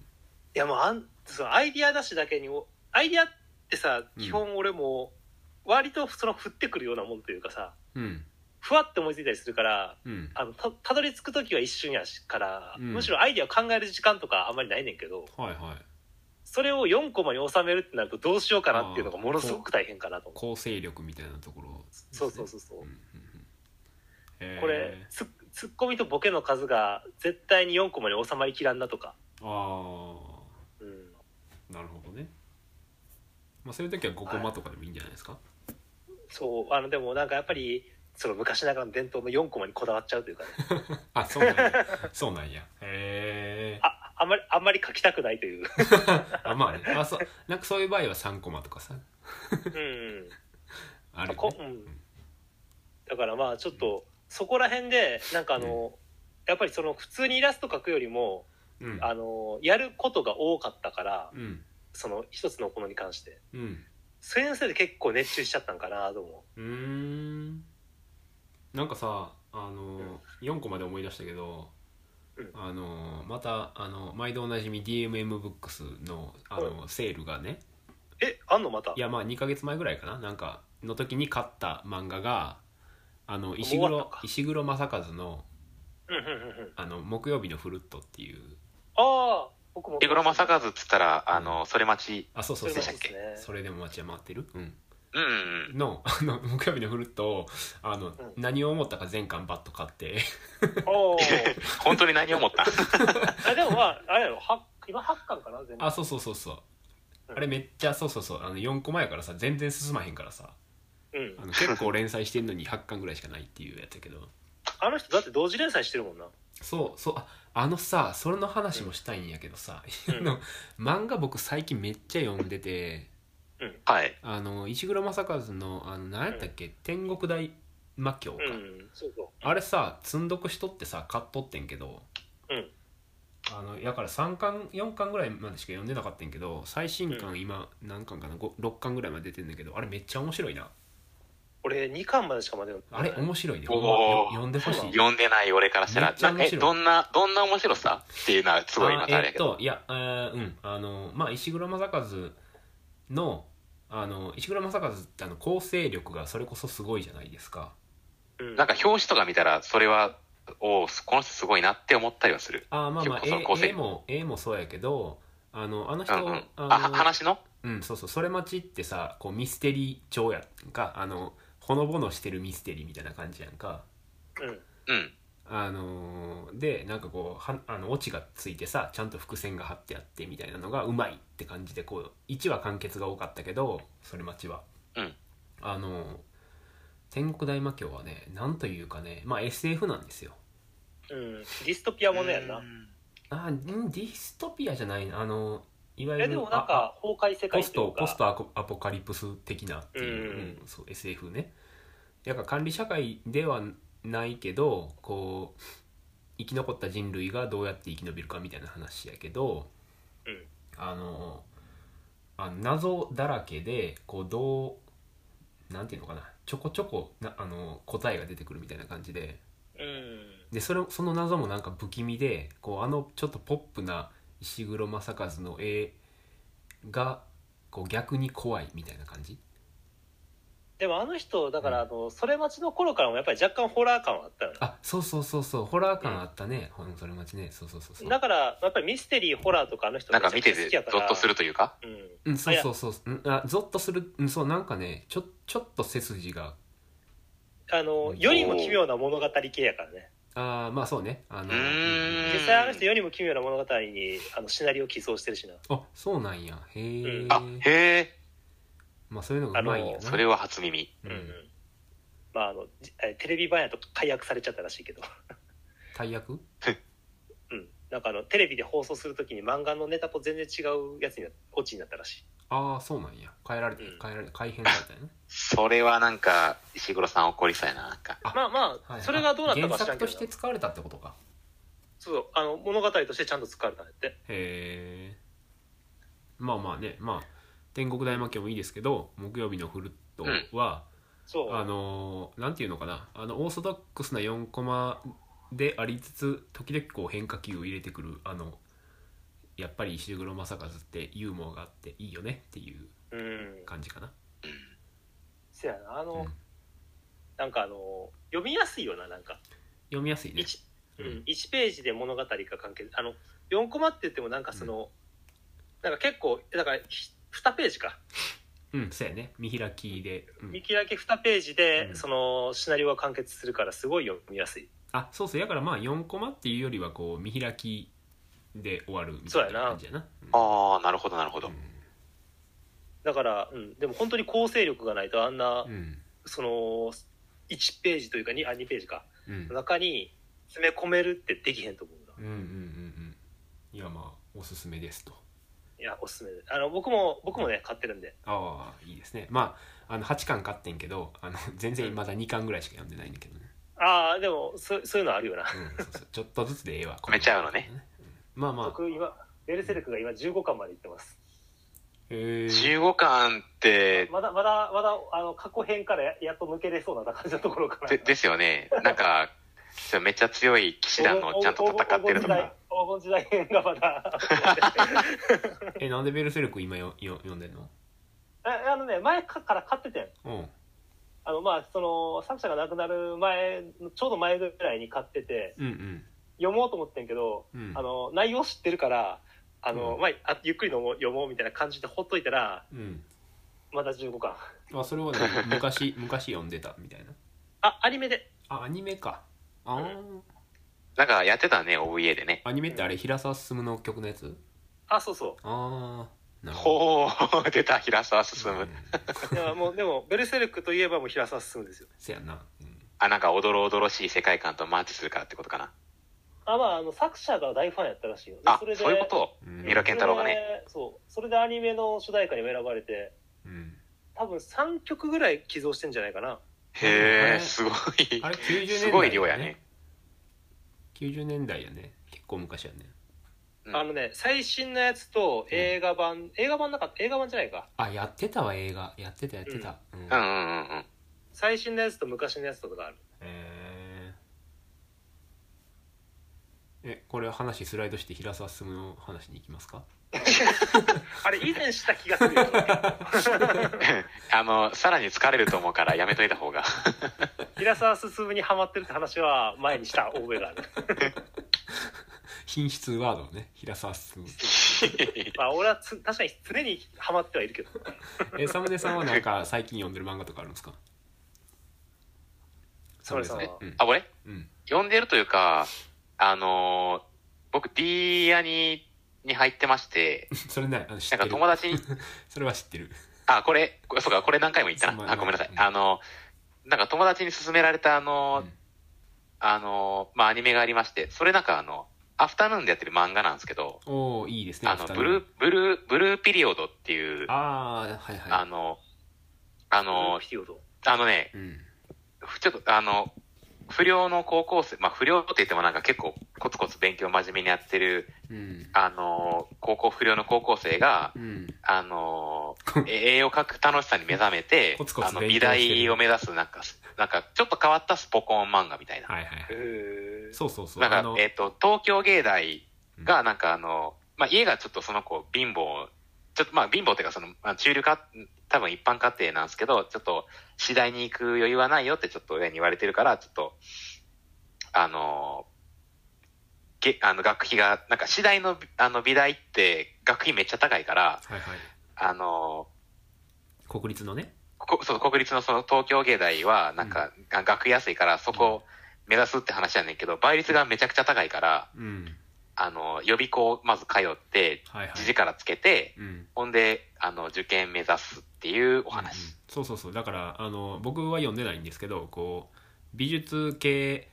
Speaker 2: やもうあんそのアイディア出しだけにおアイディアってさ
Speaker 1: うん
Speaker 2: 基本俺も割とその降ってくるようなもんというかさ
Speaker 1: うん
Speaker 2: ふわって思いついたりするから
Speaker 1: うん
Speaker 2: あのたたどり着く時は一瞬やしから、
Speaker 1: うん
Speaker 2: むしろアイディアを考える時間とかあんまりないねんけど
Speaker 1: はいはい
Speaker 2: それを4コマに収めるってなるとどうしようかなっていうのがものすごく大変かなと思う
Speaker 1: 構成力みたいなところですね、
Speaker 2: そうそうそうそう
Speaker 1: うんうんうんえー
Speaker 2: これツッツッコミとボケの数が絶対に4コマに収まりきらんなとか、
Speaker 1: あ
Speaker 2: うん、
Speaker 1: あなるほどねまあそういう時は5コマとかでもいいんじゃないです か、
Speaker 2: そうあのでもなんかやっぱりその昔ながらの伝統の4コマにこだわっちゃうというか、ね、
Speaker 1: あそうなんやそうなんやへえ
Speaker 2: ああんまりあんまり書きたくない という、
Speaker 1: あまあねあそうなんかそういう場合は3コマとかさ
Speaker 2: うん
Speaker 1: あるよ
Speaker 2: こ
Speaker 1: ね
Speaker 2: うん、だからまあちょっとそこら辺でなんかあの、やっぱりその普通にイラスト描くよりも
Speaker 1: うん
Speaker 2: あのやることが多かったから
Speaker 1: うん
Speaker 2: その一つのものに関して
Speaker 1: うん
Speaker 2: それのせいで結構熱中しちゃったんかなと思
Speaker 1: うーんなんかさあの、
Speaker 2: うん
Speaker 1: 4個まで思い出したけど、
Speaker 2: うん
Speaker 1: あのまたあの毎度おなじみ DMM ブックスのあの、セールがね
Speaker 2: うえあんのまた
Speaker 1: いやまあ2ヶ月前ぐらいかななんかの時に買った漫画があの石
Speaker 2: 終わっ
Speaker 1: 黒
Speaker 2: たか
Speaker 1: 石黒正和の
Speaker 2: うんうんうんうん
Speaker 1: あの「木曜日のフルット」っていう
Speaker 2: ああ僕も
Speaker 3: 手黒正和っつったら、あの、それ待ち、
Speaker 1: あそうそ
Speaker 2: そうれ
Speaker 1: そ
Speaker 2: も
Speaker 1: うそ
Speaker 2: そ
Speaker 1: う
Speaker 2: ですね
Speaker 1: れでも街は回ってるうん
Speaker 3: うんうん。
Speaker 1: のあの木曜日のフルとあの、何を思ったか全巻バッと買って
Speaker 2: おー
Speaker 3: 本当に何を思った
Speaker 2: あでもまああれやろは今8巻かな全部
Speaker 1: あそうそうそうそう
Speaker 2: うん
Speaker 1: あれめっちゃそうそうそうあの4個前からさ全然進まへんからさ
Speaker 2: うん
Speaker 1: あの結構連載してんのに8巻ぐらいしかないっていうやつやけど
Speaker 2: あの人だって同時連載してるもんな
Speaker 1: そうそうああのさそれの話もしたいんやけどさ、
Speaker 2: う ん
Speaker 1: あの漫画僕最近めっちゃ読んでて
Speaker 3: はい。
Speaker 1: あの石黒正和のあの何やったっけ、天国大魔教か、
Speaker 2: うんそうそう
Speaker 1: あれさ積んどくしとってさ買っとってんけど、
Speaker 2: うん
Speaker 1: あのやから3巻4巻ぐらいまでしか読んでなかったんやけど最新巻今何巻かなご6巻ぐらいまで出てんだけどあれめっちゃ面白いな
Speaker 2: 俺2巻までしかまで
Speaker 1: あれ面白いね、ほんま
Speaker 3: おー
Speaker 1: よ読んでほしい
Speaker 3: 読んでない俺からした
Speaker 1: め
Speaker 3: ら
Speaker 1: っ、ちゃ
Speaker 3: なんか
Speaker 1: 面
Speaker 3: え
Speaker 1: 白い
Speaker 3: どんな、どんな面白さっていうのはすごい今
Speaker 1: あ
Speaker 3: あれ
Speaker 1: え
Speaker 3: や
Speaker 1: っ
Speaker 3: けど。
Speaker 1: といやあーうんあのまあ石黒正和のあの石黒正和ってあの構成力がそれこそすごいじゃないですか
Speaker 3: なんか
Speaker 2: か
Speaker 3: 表紙とか見たら、それは、おーこの人すごいなって思ったりはする。
Speaker 1: あーまあまあ
Speaker 3: 結構その構成
Speaker 1: A, A も A もそうやけどあのあの
Speaker 3: う
Speaker 1: 人、
Speaker 3: んうん。あ、
Speaker 1: あ
Speaker 3: は
Speaker 1: の
Speaker 3: 話の
Speaker 1: うんそうそうそれ待ちってさこうミステリー調やんかあのほのぼのしてるミステリーみたいな感じやんか
Speaker 2: うん
Speaker 3: うん。
Speaker 1: あのーでなんかこうはあのオチがついてさちゃんと伏線が張ってあってみたいなのがうまいって感じでこう1話完結が多かったけどそれ待ちは、
Speaker 3: うん
Speaker 1: あのー天国大魔教はねなんというかねまあ SF なんですよ
Speaker 2: うんディストピアものやん
Speaker 3: う
Speaker 2: なん
Speaker 1: あーんディストピアじゃないなあのーいわゆ
Speaker 2: え
Speaker 1: る
Speaker 2: でもなん
Speaker 1: ああ
Speaker 2: か崩壊世
Speaker 1: ポ
Speaker 2: 界っ
Speaker 1: ス
Speaker 2: てい
Speaker 1: ト
Speaker 2: うか
Speaker 1: ポストアコアポカリプス的なっていう,、
Speaker 2: うん
Speaker 1: うんそう SF ねだから管理社会ではないけどこう生き残った人類がどうやって生き延びるかみたいな話やけど、
Speaker 2: うん
Speaker 1: あのあの謎だらけでこうどうなんていうのかなちょこちょこなあの答えが出てくるみたいな感じで
Speaker 2: うん
Speaker 1: でそれその謎もなんか不気味でこうあのちょっとポップな石黒正和の絵がこう逆に怖いみたいな感じ
Speaker 2: でもあの人だからあのそれ待ちの頃からもやっぱり若干ホラー感はあったよな
Speaker 1: あそうそうそうそうホラー感あったね、ほん、それ待ちねそうそうそうそう
Speaker 2: だからやっぱりミステリーホラーとかあの人
Speaker 3: な
Speaker 2: め
Speaker 3: ん
Speaker 2: ちゃく
Speaker 3: か見
Speaker 2: ち
Speaker 3: て
Speaker 2: ゃ好
Speaker 3: て
Speaker 2: きやから
Speaker 3: ゾッとするというか。
Speaker 2: うん
Speaker 1: うんそうそうそううんあゾッとするうんそうなんかねちょちょっと背筋が
Speaker 2: あの世にも奇妙な物語系やからね
Speaker 1: あーまあそうねあの
Speaker 3: うーん
Speaker 2: 実際あの人世にも奇妙な物語にあのシナリオ寄贈してるしな
Speaker 1: あそうなんやへえ、
Speaker 2: うん
Speaker 3: あ、へえ、
Speaker 1: まあそういうのがうまいんやな
Speaker 2: あ
Speaker 3: それは初耳。
Speaker 1: うん
Speaker 2: まああのじえテレビ版やと解約されちゃったらしいけど
Speaker 1: 大役
Speaker 2: うんなんかあのテレビで放送するときに漫画のネタと全然違うやつになオチになったらしい
Speaker 1: ああそうなんや変えられて
Speaker 2: うん
Speaker 1: 変えられ改変されたよね
Speaker 3: それはなんか、石黒さん怒りそうやな、なんか。
Speaker 1: あ
Speaker 2: まあまあ、それがどうなったかは知ら
Speaker 1: 原
Speaker 2: ん
Speaker 1: 作
Speaker 2: けど
Speaker 1: として
Speaker 2: な
Speaker 1: 使われたってことか
Speaker 2: そうあの物語としてちゃんと使われたんやって
Speaker 1: へえまあまあねまあ天国大魔教もいいですけど木曜日のフルットは、
Speaker 2: そう
Speaker 1: あのーなんていうのかなあのオーソドックスな4コマでありつつ時々こう変化球を入れてくるあのやっぱり石黒正和ってユーモアがあっていいよねっていう
Speaker 2: うん
Speaker 1: 感じかな、
Speaker 2: せやなあの、
Speaker 1: うん
Speaker 2: なんかあの読みやすいよななんか
Speaker 1: 読みやすいね
Speaker 2: 一
Speaker 1: う
Speaker 2: うんん、1ページで物語が完結あの4コマって言ってもなんかその、なんか結構だからひ2ページか
Speaker 1: うんそうやね見開きで、うん
Speaker 2: 見切りだけ2ページで、
Speaker 1: うん
Speaker 2: そのシナリオが完結するからすごい読みやすい
Speaker 1: あそうそうやからまあ4コマっていうよりはこう見開きで終わるみたいな感じやな
Speaker 3: ああ、なるほど、なるほど。
Speaker 2: だから、うん、でも本当に構成力がないとあんな、
Speaker 1: うんうん
Speaker 2: その1ページというか 2, あ2ページか
Speaker 1: うん
Speaker 2: 中に詰め込めるってできへんと思うな
Speaker 1: うんうんうんうんいやまあおすすめですと
Speaker 2: いやおすすめであの僕も僕もね買ってるんで
Speaker 1: ああいいですねまああの8巻買ってんけどあの全然まだ2巻ぐらいしか読んでないんだけどね、
Speaker 2: ああでもそそういうのあるよな、
Speaker 1: うん、そうそうちょっとずつでええわ
Speaker 3: めちゃうのね
Speaker 1: うんまあまあ
Speaker 2: 僕今ベルセルクが今15巻までいってます
Speaker 1: へえ
Speaker 3: 15巻って、
Speaker 2: まだまだまだあの過去編からややっと抜けれそうな感じのところかな
Speaker 3: でですよね。なんか、そうめっちゃ強い騎士団のおっちゃんと戦ってるとか。
Speaker 2: 黄金時代黄金時代編がまだ
Speaker 1: えなんでベルセルク今よよ読んでんの
Speaker 2: ああのね前かから買っててん
Speaker 1: うん
Speaker 2: あのまあその作者が亡くなる前ちょうど前ぐらいに買ってて
Speaker 1: うん
Speaker 2: 読もうと思ってんけど
Speaker 1: うんうん
Speaker 2: あの内容知ってるからあの、
Speaker 1: うん
Speaker 2: まあ、あゆっくりのも読もうみたいな感じでほっといたら
Speaker 1: うん
Speaker 2: まだ15巻
Speaker 1: あそれはね 昔昔読んでたみたいな
Speaker 2: あ、アニメで。
Speaker 1: あアニメかあー
Speaker 3: なんかやってたね、OVA でね。
Speaker 1: アニメってあれ平沢進の曲のやつ
Speaker 2: あ、そうそ
Speaker 1: ああなるほ
Speaker 3: ほう、出た、平沢進
Speaker 1: ど、う
Speaker 3: む
Speaker 1: ん。、
Speaker 2: う。いや、もう、でも、ベルセルクといえばもう平沢進むですよ。
Speaker 1: せやな、うん
Speaker 3: あ、なんか、おどろおどろしい世界観とマッチするからってことかな。
Speaker 2: あ、まあ、あの、作者が大ファンやったらしいよ。で
Speaker 3: あ、
Speaker 2: れで
Speaker 3: そういうこと
Speaker 1: うん
Speaker 3: 三浦健太郎がね。
Speaker 2: それでそう。それでアニメの主題歌にも選ばれて、
Speaker 1: うん、
Speaker 2: 多分3曲ぐらい寄贈してんじゃないかな。
Speaker 3: へ
Speaker 1: あれ
Speaker 3: え、すごい。
Speaker 1: あれ90年代、ね、
Speaker 3: すごい量やね。
Speaker 1: 90年代やね結構昔やね
Speaker 3: うん
Speaker 2: あのね、最新のやつと映画版、映画版なかった、映画版じゃないか。
Speaker 1: あやってたわ映画やってたやってた、うん
Speaker 3: うんうんうんうん。
Speaker 2: 最新のやつと昔のやつとかがある。
Speaker 1: えーえこれ話スライドして平沢進の話に行きますか
Speaker 2: あれ、以前した気がするよ。
Speaker 3: あの、さらに疲れると思うからやめといた方が。
Speaker 2: 平沢進にハマってるって話は前にした覚えがある。
Speaker 1: 品質ワードね平沢進
Speaker 2: まあ、俺はつ確かに常にハマってはいるけど。
Speaker 1: えサムネさんはなん か最近読んでる漫画とかあるんですか
Speaker 2: サムネさんは
Speaker 1: うん
Speaker 3: あ、俺
Speaker 1: うん
Speaker 3: 読んでるというか、あのー僕、D アニに入ってまして、
Speaker 1: それねあの知って
Speaker 3: なんか
Speaker 1: る
Speaker 3: 友達に、
Speaker 1: それは知ってる
Speaker 3: あ、これ、こそうか、これ何回も言った
Speaker 1: すまん
Speaker 3: な。あ、ごめんなさい
Speaker 1: うん。
Speaker 3: あの、なんか友達に勧められた、あのー
Speaker 1: うん
Speaker 3: あのーまあ、アニメがありまして、それなんかあの、アフタヌーンでやってる漫画なんですけど、
Speaker 1: おおいいですね
Speaker 3: あの、ブルー、ブルー、ブルーピリオドっていう、あ
Speaker 1: ああはいは
Speaker 3: の、あの
Speaker 2: 必要と。
Speaker 3: ー、あのね
Speaker 1: い、うん
Speaker 3: ふちょっとあの、不良の高校生、まあ不良って言ってもなんか結構コツコツ勉強真面目にやってる、
Speaker 1: うん
Speaker 3: あのー、高校不良の高校生が、
Speaker 1: うん
Speaker 3: あの ー、え絵を描く楽しさに目覚めて、
Speaker 1: コツコツ
Speaker 3: あの、
Speaker 1: 勉強
Speaker 3: 美
Speaker 1: してる
Speaker 3: 大を目指す、なんか、なんか、ちょっと変わったスポコン漫画みたいな。
Speaker 1: はいはい
Speaker 2: へ
Speaker 1: そうそうそう
Speaker 3: なん
Speaker 1: あ
Speaker 3: か
Speaker 1: の、
Speaker 3: えっ、と、東京芸大が、なんかあの、まあ、家がちょっとその子、貧乏、ちょっとまあ、貧乏っていうか、その、まあ、中流か、多分一般家庭なんですけど、ちょっと、次第に行く余裕はないよってちょっと親に言われてるから、ちょっと、あの、げあの学費が、なんか、次第の、あの、美大って、学費めっちゃ高いから、
Speaker 1: はいはい
Speaker 3: あの、
Speaker 1: 国立のね
Speaker 3: ここそう国立のその東京芸大は、なんか、が学費安いから、そこを目指すって話やねんけど、倍率がめちゃくちゃ高いから、
Speaker 1: うん
Speaker 3: あの、予備校まず通って、
Speaker 1: はいは
Speaker 3: 時
Speaker 1: い
Speaker 3: 力つけて、
Speaker 1: うん
Speaker 3: ほんで、あの、受験目指すっていうお
Speaker 1: うんうん
Speaker 3: 話。
Speaker 1: そうそうそうだからあの僕は読んでないんですけどこう美術系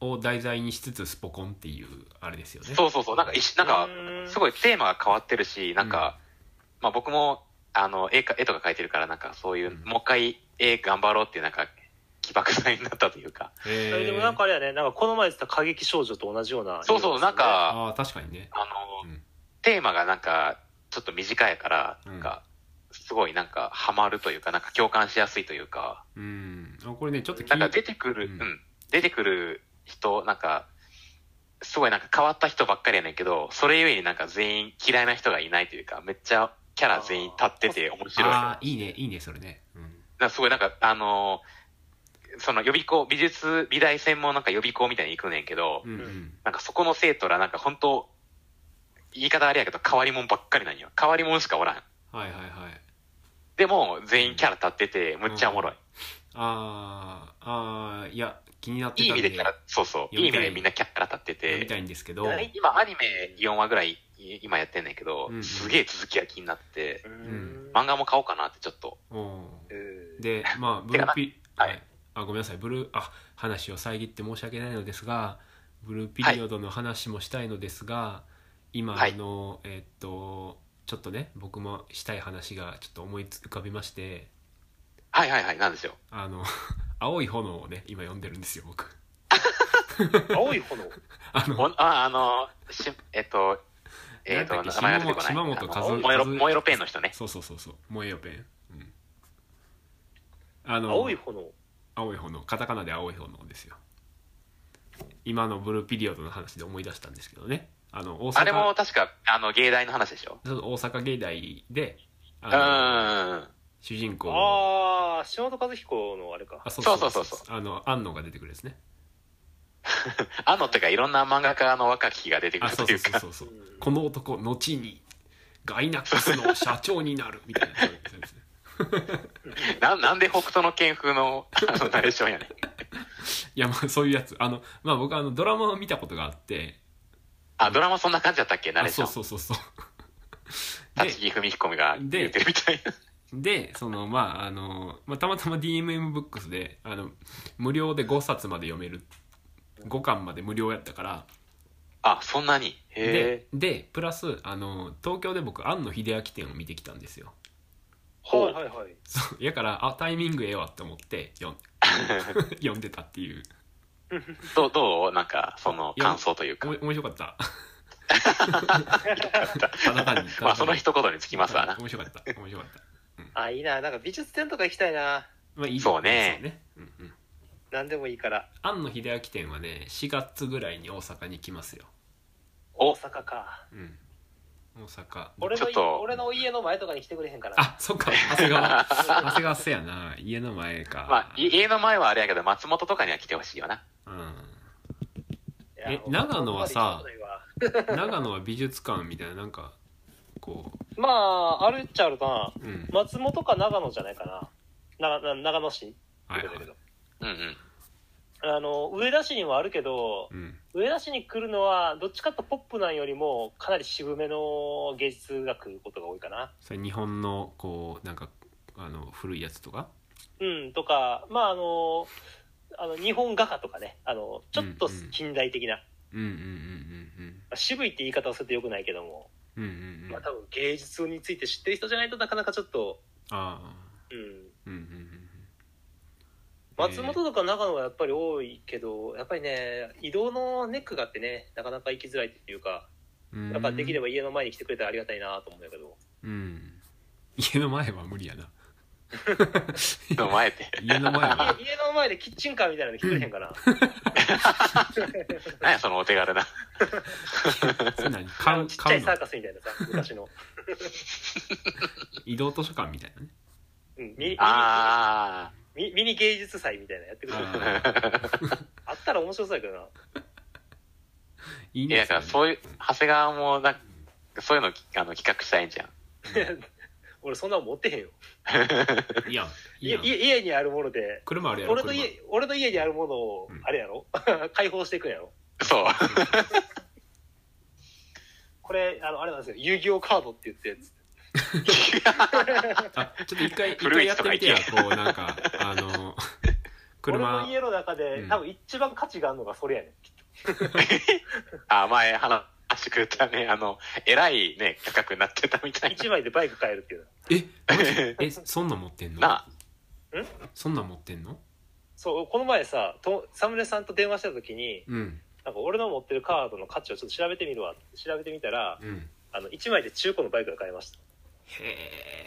Speaker 1: を題材にしつつスポコンっていうあれですよね
Speaker 3: そうそうそう、なんか一、なんか、すごいテーマが変わってるし、なんか、まあ僕も、あの、絵か、絵とか描いてるから、なんかそういう、
Speaker 1: うん
Speaker 3: もう一回絵頑張ろうっていう、なんか、起爆剤になったというか。
Speaker 1: へー
Speaker 2: でもなんかあれやね、なんかこの前言ってた過激少女と同じような。
Speaker 3: そうそう、なん、か、
Speaker 1: ああ確かにね
Speaker 3: あの、
Speaker 1: うん
Speaker 3: テーマがなんか、ちょっと短いから、
Speaker 1: うん
Speaker 3: なんか、すごいなんか、ハマるというか、なんか共感しやすいというか。
Speaker 1: うんあこれねちょっと聞
Speaker 3: なんか
Speaker 1: い
Speaker 3: 出てくる、
Speaker 1: う
Speaker 3: うんん、出てくる人、なんか、すごいなんか変わった人ばっかりやねんけど、それゆえになんか全員嫌いな人がいないというか、めっちゃキャラ全員立ってて面白い。なん
Speaker 1: ああいいねいいねそれねうん
Speaker 3: かすごいなんか、あのーその予備校、美術、美大専門なんか予備校みたいに行くねんけど、
Speaker 1: うん
Speaker 2: う
Speaker 3: なんかそこの生徒らなんか本当言い方あれやけど変わり者ばっかりなんよ。変わり者しかおらん。
Speaker 1: はいはいはい
Speaker 3: でも、全員キャラ立ってて、むっちゃおもろい。
Speaker 1: あーあーいや気になって
Speaker 3: いい意
Speaker 1: たん
Speaker 3: 味
Speaker 1: で
Speaker 3: でキャラ、そうそう。いい意味でみんなキャラ立って
Speaker 1: 読
Speaker 3: て
Speaker 1: み。たいんですけど
Speaker 3: 大今アニメ4話ぐらいい今やってんねんけど、
Speaker 1: うん
Speaker 3: すげえ続きが気になって
Speaker 2: う、
Speaker 1: ん
Speaker 2: ん。
Speaker 3: 漫画も買おうかなってちょっと。
Speaker 1: おー
Speaker 2: うん
Speaker 1: でまあ ブルーピ
Speaker 3: はい
Speaker 1: はいあごめんなさいブルーあ話を遮って申し訳ないのですがブルーピリオドの話もしたいのですが、今、
Speaker 3: はい
Speaker 1: あのえっとちょっとね僕もしたい話がちょっと思いつ浮かびまして
Speaker 3: はいはいはい、な んですよ。
Speaker 1: あの青い炎をね今読んでるんですよ僕
Speaker 2: 青い 炎。
Speaker 1: あの
Speaker 3: ほんあ、あの、しえっと、えっと、
Speaker 1: なんだっけ
Speaker 3: 名前が出てこない。
Speaker 1: 島本島本和
Speaker 3: あの
Speaker 1: 夫
Speaker 3: 燃え
Speaker 1: 和
Speaker 3: ろ、
Speaker 1: 夫
Speaker 3: 燃えろペンの人ね。
Speaker 1: そうそうそうそう燃えよペン、うん、あの
Speaker 2: 青い炎。
Speaker 1: 青い炎カタカナで青い炎ですよ今のブルーピリオドの話で思い出したんですけどねあの大阪
Speaker 3: あれも確か、あの、芸大の話でしょ。
Speaker 1: そう大阪芸大で
Speaker 3: う
Speaker 1: あの
Speaker 3: ーん。
Speaker 1: 主人公の
Speaker 2: ああ、島本和彦のあれか。
Speaker 1: あそ
Speaker 3: そうそうそう
Speaker 1: あの安野が出てくるですね
Speaker 3: あのってか、いろんな漫画家の若き日が出てく
Speaker 1: あ
Speaker 3: る
Speaker 1: そ
Speaker 3: と
Speaker 1: う
Speaker 3: い
Speaker 1: そううそうそうそ
Speaker 3: か。
Speaker 1: う
Speaker 2: うん
Speaker 1: この男後にガイナックスの社長になるみたいなそういうやつですね
Speaker 3: ななんで北斗の剣風のあのナレーションやねん。
Speaker 1: いやまあそういうやつあのまあ僕あのドラマを見たことがあって
Speaker 3: あ、ドラマそんな感じだったっけナレ
Speaker 1: あ
Speaker 3: ーシ
Speaker 1: そ
Speaker 3: ョ
Speaker 1: う
Speaker 3: ン。
Speaker 1: そうそうそうで
Speaker 3: 立木文彦が言ってるみたいな。
Speaker 1: でそのまああの、まあ、たまたま DMM ブックスであの無料で5冊まで読める5巻まで無料やったから
Speaker 3: あ、そんなに。へ
Speaker 1: ででプラスあの東京で僕庵野秀明展を見てきたんですよ
Speaker 3: ほ
Speaker 2: は
Speaker 3: う
Speaker 2: いはいはい。
Speaker 1: そうやからあタイミングええわって思って読ん 読んでたっていう
Speaker 3: え。 どう、どうなんか、その
Speaker 1: いや
Speaker 3: 感想という
Speaker 1: お
Speaker 3: か。
Speaker 1: も面白かった ただ単に
Speaker 3: まあ、その一言につきますわな。
Speaker 1: 面白かった面白かった
Speaker 2: あ、いいな。なんか美術展とか行きたいな。
Speaker 1: まあいい
Speaker 3: そうね
Speaker 1: そうね、うんうん、
Speaker 2: 何でもいいから。
Speaker 1: 庵野秀明展はね4月ぐらいに大阪に来ますよ、
Speaker 2: 大
Speaker 3: お、
Speaker 2: 阪か。
Speaker 1: うん、大阪
Speaker 2: 俺の
Speaker 3: ちょっと
Speaker 2: 俺の家の前とかに来てくれへんから。
Speaker 1: あそっか長谷 川長谷川せやな家の前か
Speaker 3: まあ、い家の前はあれやけど、松本とかには来てほしいよな。
Speaker 1: うん
Speaker 2: いや
Speaker 1: え長野はさ。
Speaker 2: 俺の家の前
Speaker 1: 長野は美術館みたいななんかこ
Speaker 2: まあ、あるっちゃあるか
Speaker 1: う、うん
Speaker 2: な。、松本か長野じゃないかな。なな長野市
Speaker 1: はいはい
Speaker 2: だけど。
Speaker 3: うんうん。
Speaker 2: あの、上田市にもあるけど、
Speaker 1: うん、
Speaker 2: 上田市に来るのは、どっちかってポップなんよりも、かなり渋めの芸術が来ることが多いかな。
Speaker 1: それ日本のこうなんかあの古いやつとか
Speaker 2: うん、とか、まあ、あの、あの日本画家とかね、あの、ちょっと
Speaker 1: うんうん
Speaker 2: 近代的な、
Speaker 1: うんうんうん
Speaker 2: 渋いって言い方をするとよくないけども、
Speaker 1: うんうんうんうんうん
Speaker 2: まあ、多分芸術について知ってる人じゃないとなかなかちょっと、
Speaker 1: あ
Speaker 2: うん、
Speaker 1: ーうんうんうんうん
Speaker 2: 松本とか長野はやっぱり多いけど、やっぱりね、移動のネックがあってね、なかなか行きづらいっていうか、
Speaker 1: うん
Speaker 2: やっぱできれば家の前に来てくれたらありがたいなと思うんだけど、
Speaker 1: うん家の前は無理やな
Speaker 3: でも前 って。
Speaker 1: 家の前は
Speaker 2: 家家の前でキッチンカーみたいなの来てくれへんかな。
Speaker 3: 何や、そのお手軽な。
Speaker 1: それ何
Speaker 2: あ
Speaker 1: 買
Speaker 2: の
Speaker 1: う
Speaker 2: ちっちゃ
Speaker 1: 買
Speaker 2: いうサ
Speaker 1: の
Speaker 2: ーカスみたいな さ、昔の。
Speaker 1: 移動図書館みたいなね
Speaker 2: うん、ミニ
Speaker 3: あ
Speaker 2: ミニミニ芸術祭みたいなのやってくれる。
Speaker 1: あ
Speaker 2: あったら面白そうだけどな。
Speaker 1: ーいい
Speaker 3: ー。いや、
Speaker 1: ね
Speaker 3: だからそういう、長谷川も、なんか、そういうのあの企画したいんじゃん。
Speaker 2: 俺そんなの持ってへんよ。
Speaker 1: いいやんいい
Speaker 2: 家
Speaker 1: やん
Speaker 2: 家家にあるもので、
Speaker 1: 車あるやろ
Speaker 2: 俺の家、俺の家にあるものを
Speaker 1: うん、
Speaker 2: あれやろ 解放していくんやろ
Speaker 3: そう。
Speaker 2: これ、あの、あれなんですよ。遊戯王カードって言って、
Speaker 1: 車あちょっと一回一
Speaker 3: 古
Speaker 1: 回
Speaker 3: い
Speaker 1: やっ
Speaker 3: 人
Speaker 1: てみ
Speaker 3: が行
Speaker 1: て
Speaker 3: け
Speaker 1: やこうなんかあの
Speaker 2: 俺
Speaker 1: 車
Speaker 2: の家の中で、
Speaker 1: うん
Speaker 2: 多分一番価値があるのがそれやねん。
Speaker 3: あ、前話してくれたね、あの、偉いね、価格になってたみたい
Speaker 2: 一枚でバイク買えるっていうの。
Speaker 1: えマジ
Speaker 3: な。
Speaker 1: えそんなん持ってんの
Speaker 3: な
Speaker 2: うん
Speaker 1: そんなん持ってんの
Speaker 2: そう、この前さ、とサムネさんと電話した時に、
Speaker 1: うん
Speaker 2: なんか俺の持ってるカードの価値をちょっと調べてみるわって調べてみたら、
Speaker 1: うん
Speaker 2: あの、一枚で中古のバイクが買えました。
Speaker 1: へえ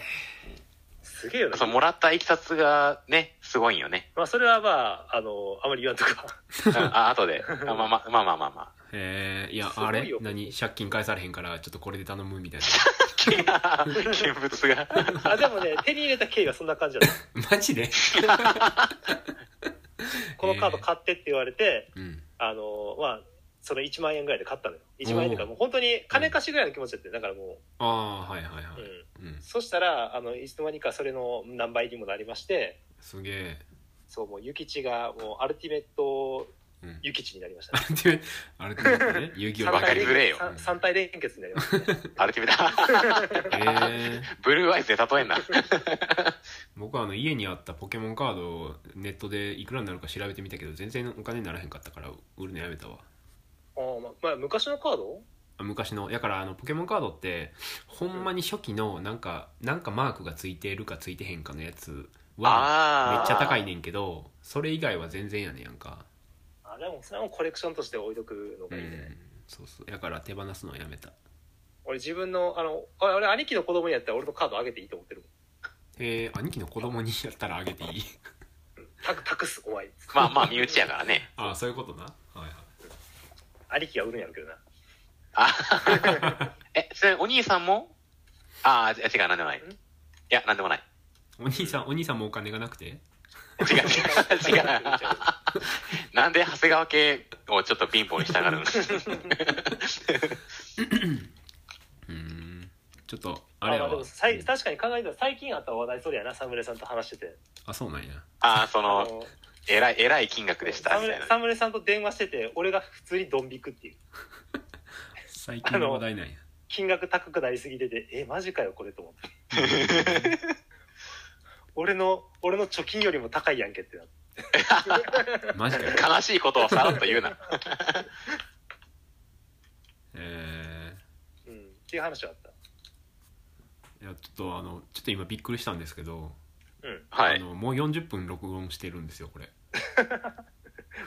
Speaker 2: すげえよな
Speaker 3: そ。のもらったいきさつがね、すごいんよね。
Speaker 2: まあ、それはまあ、あの、あまり言わんとか。
Speaker 3: うんあ、後で。あまあまあまあまあまあま
Speaker 1: へえいや
Speaker 2: すごい
Speaker 1: あれ
Speaker 2: よ
Speaker 1: 何借金返されへんからちょっとこれで頼むみたい
Speaker 3: あ。 見物が。
Speaker 2: あ、でもね、手に入れた経緯はそんな感じだった。
Speaker 1: な マジで
Speaker 2: このカード買ってって言われて、
Speaker 1: うん
Speaker 2: あの、まあ、その1万円ぐらいで買ったのよ。1万円とか、もう本当に金貸しぐらいの気持ちだって、だからも
Speaker 1: ああはいはいは
Speaker 2: う、う
Speaker 1: い
Speaker 2: ん。
Speaker 1: うん
Speaker 2: そしたら、あの、いつの間にかそれの何倍にもなりまして、
Speaker 1: すげえ
Speaker 2: そう、もう、諭吉が、もう、アルティメット
Speaker 1: うん
Speaker 2: 諭吉になりました
Speaker 1: あ
Speaker 2: ね。
Speaker 1: れってあれってね遊戯王
Speaker 3: わ かりづれえよ
Speaker 2: 三三体連結になりましたね。
Speaker 3: アルティメット。
Speaker 1: ええ
Speaker 3: ブルーアイズで例えんな。
Speaker 1: 僕はあの家にあったポケモンカードをネットでいくらになるか調べてみたけど全然お金にならへんかったから売るのやめたわ
Speaker 2: あーままあ、昔のカード
Speaker 1: あ昔のやからあのポケモンカードってほんまに初期のなんかなんかマークがついてるかついてへんかのやつはめ
Speaker 3: あ
Speaker 1: っ
Speaker 3: あ。
Speaker 1: ちゃ高いねんけどそれ以外は全然やねんやんか
Speaker 2: あ、でも、それはもうコレクションとして置いとくの
Speaker 1: う
Speaker 2: がいいね。
Speaker 1: んそうそうやから手放すのはやめた
Speaker 2: 俺自分の、あの、あ俺兄貴の子供にやったら俺のカードあげていいと思ってるもん。
Speaker 1: えー、兄貴の子供にやったらあげてい い
Speaker 2: 託託す、お前。
Speaker 3: まあまあ、身内やからね。
Speaker 1: ああそういうことなはいはい
Speaker 2: 兄貴が売るんやろうけどな。
Speaker 3: あえ、それ、お兄さんもああ、違う、なんで もない。いや、なんでもない。
Speaker 1: お兄さんお兄さんもお金がなくて
Speaker 3: 違う、違う、違う。なんで長谷川系をちょっと貧乏にしたがるの
Speaker 1: うーんちょっとああれ
Speaker 2: ま
Speaker 1: は
Speaker 2: あでもさい確かに考えたら最近あった話題それやなサムネさんと話してて
Speaker 1: あそうなんや
Speaker 3: ああ、そ
Speaker 2: あ
Speaker 3: の、
Speaker 2: の
Speaker 3: えらい、えらい金額でした、
Speaker 2: サ
Speaker 3: み
Speaker 2: ム
Speaker 3: たい
Speaker 2: ネ
Speaker 3: な。
Speaker 2: サムネさんと電話してて俺が普通にドン引くっていう
Speaker 1: 最近の話題なん や
Speaker 2: 金額高くなりすぎててえマジかよこれと思って俺の俺の貯金よりも高いやんけってなって
Speaker 1: マジかよ
Speaker 3: 悲しいことをさらっと言うな。
Speaker 1: え
Speaker 2: うんっていう話はあっ
Speaker 1: ー、いやちょっとあのちょっと今びっくりしたんですけど、
Speaker 2: たうん
Speaker 3: は
Speaker 1: あ
Speaker 3: い。
Speaker 1: のもう40分録音してるんですよこれ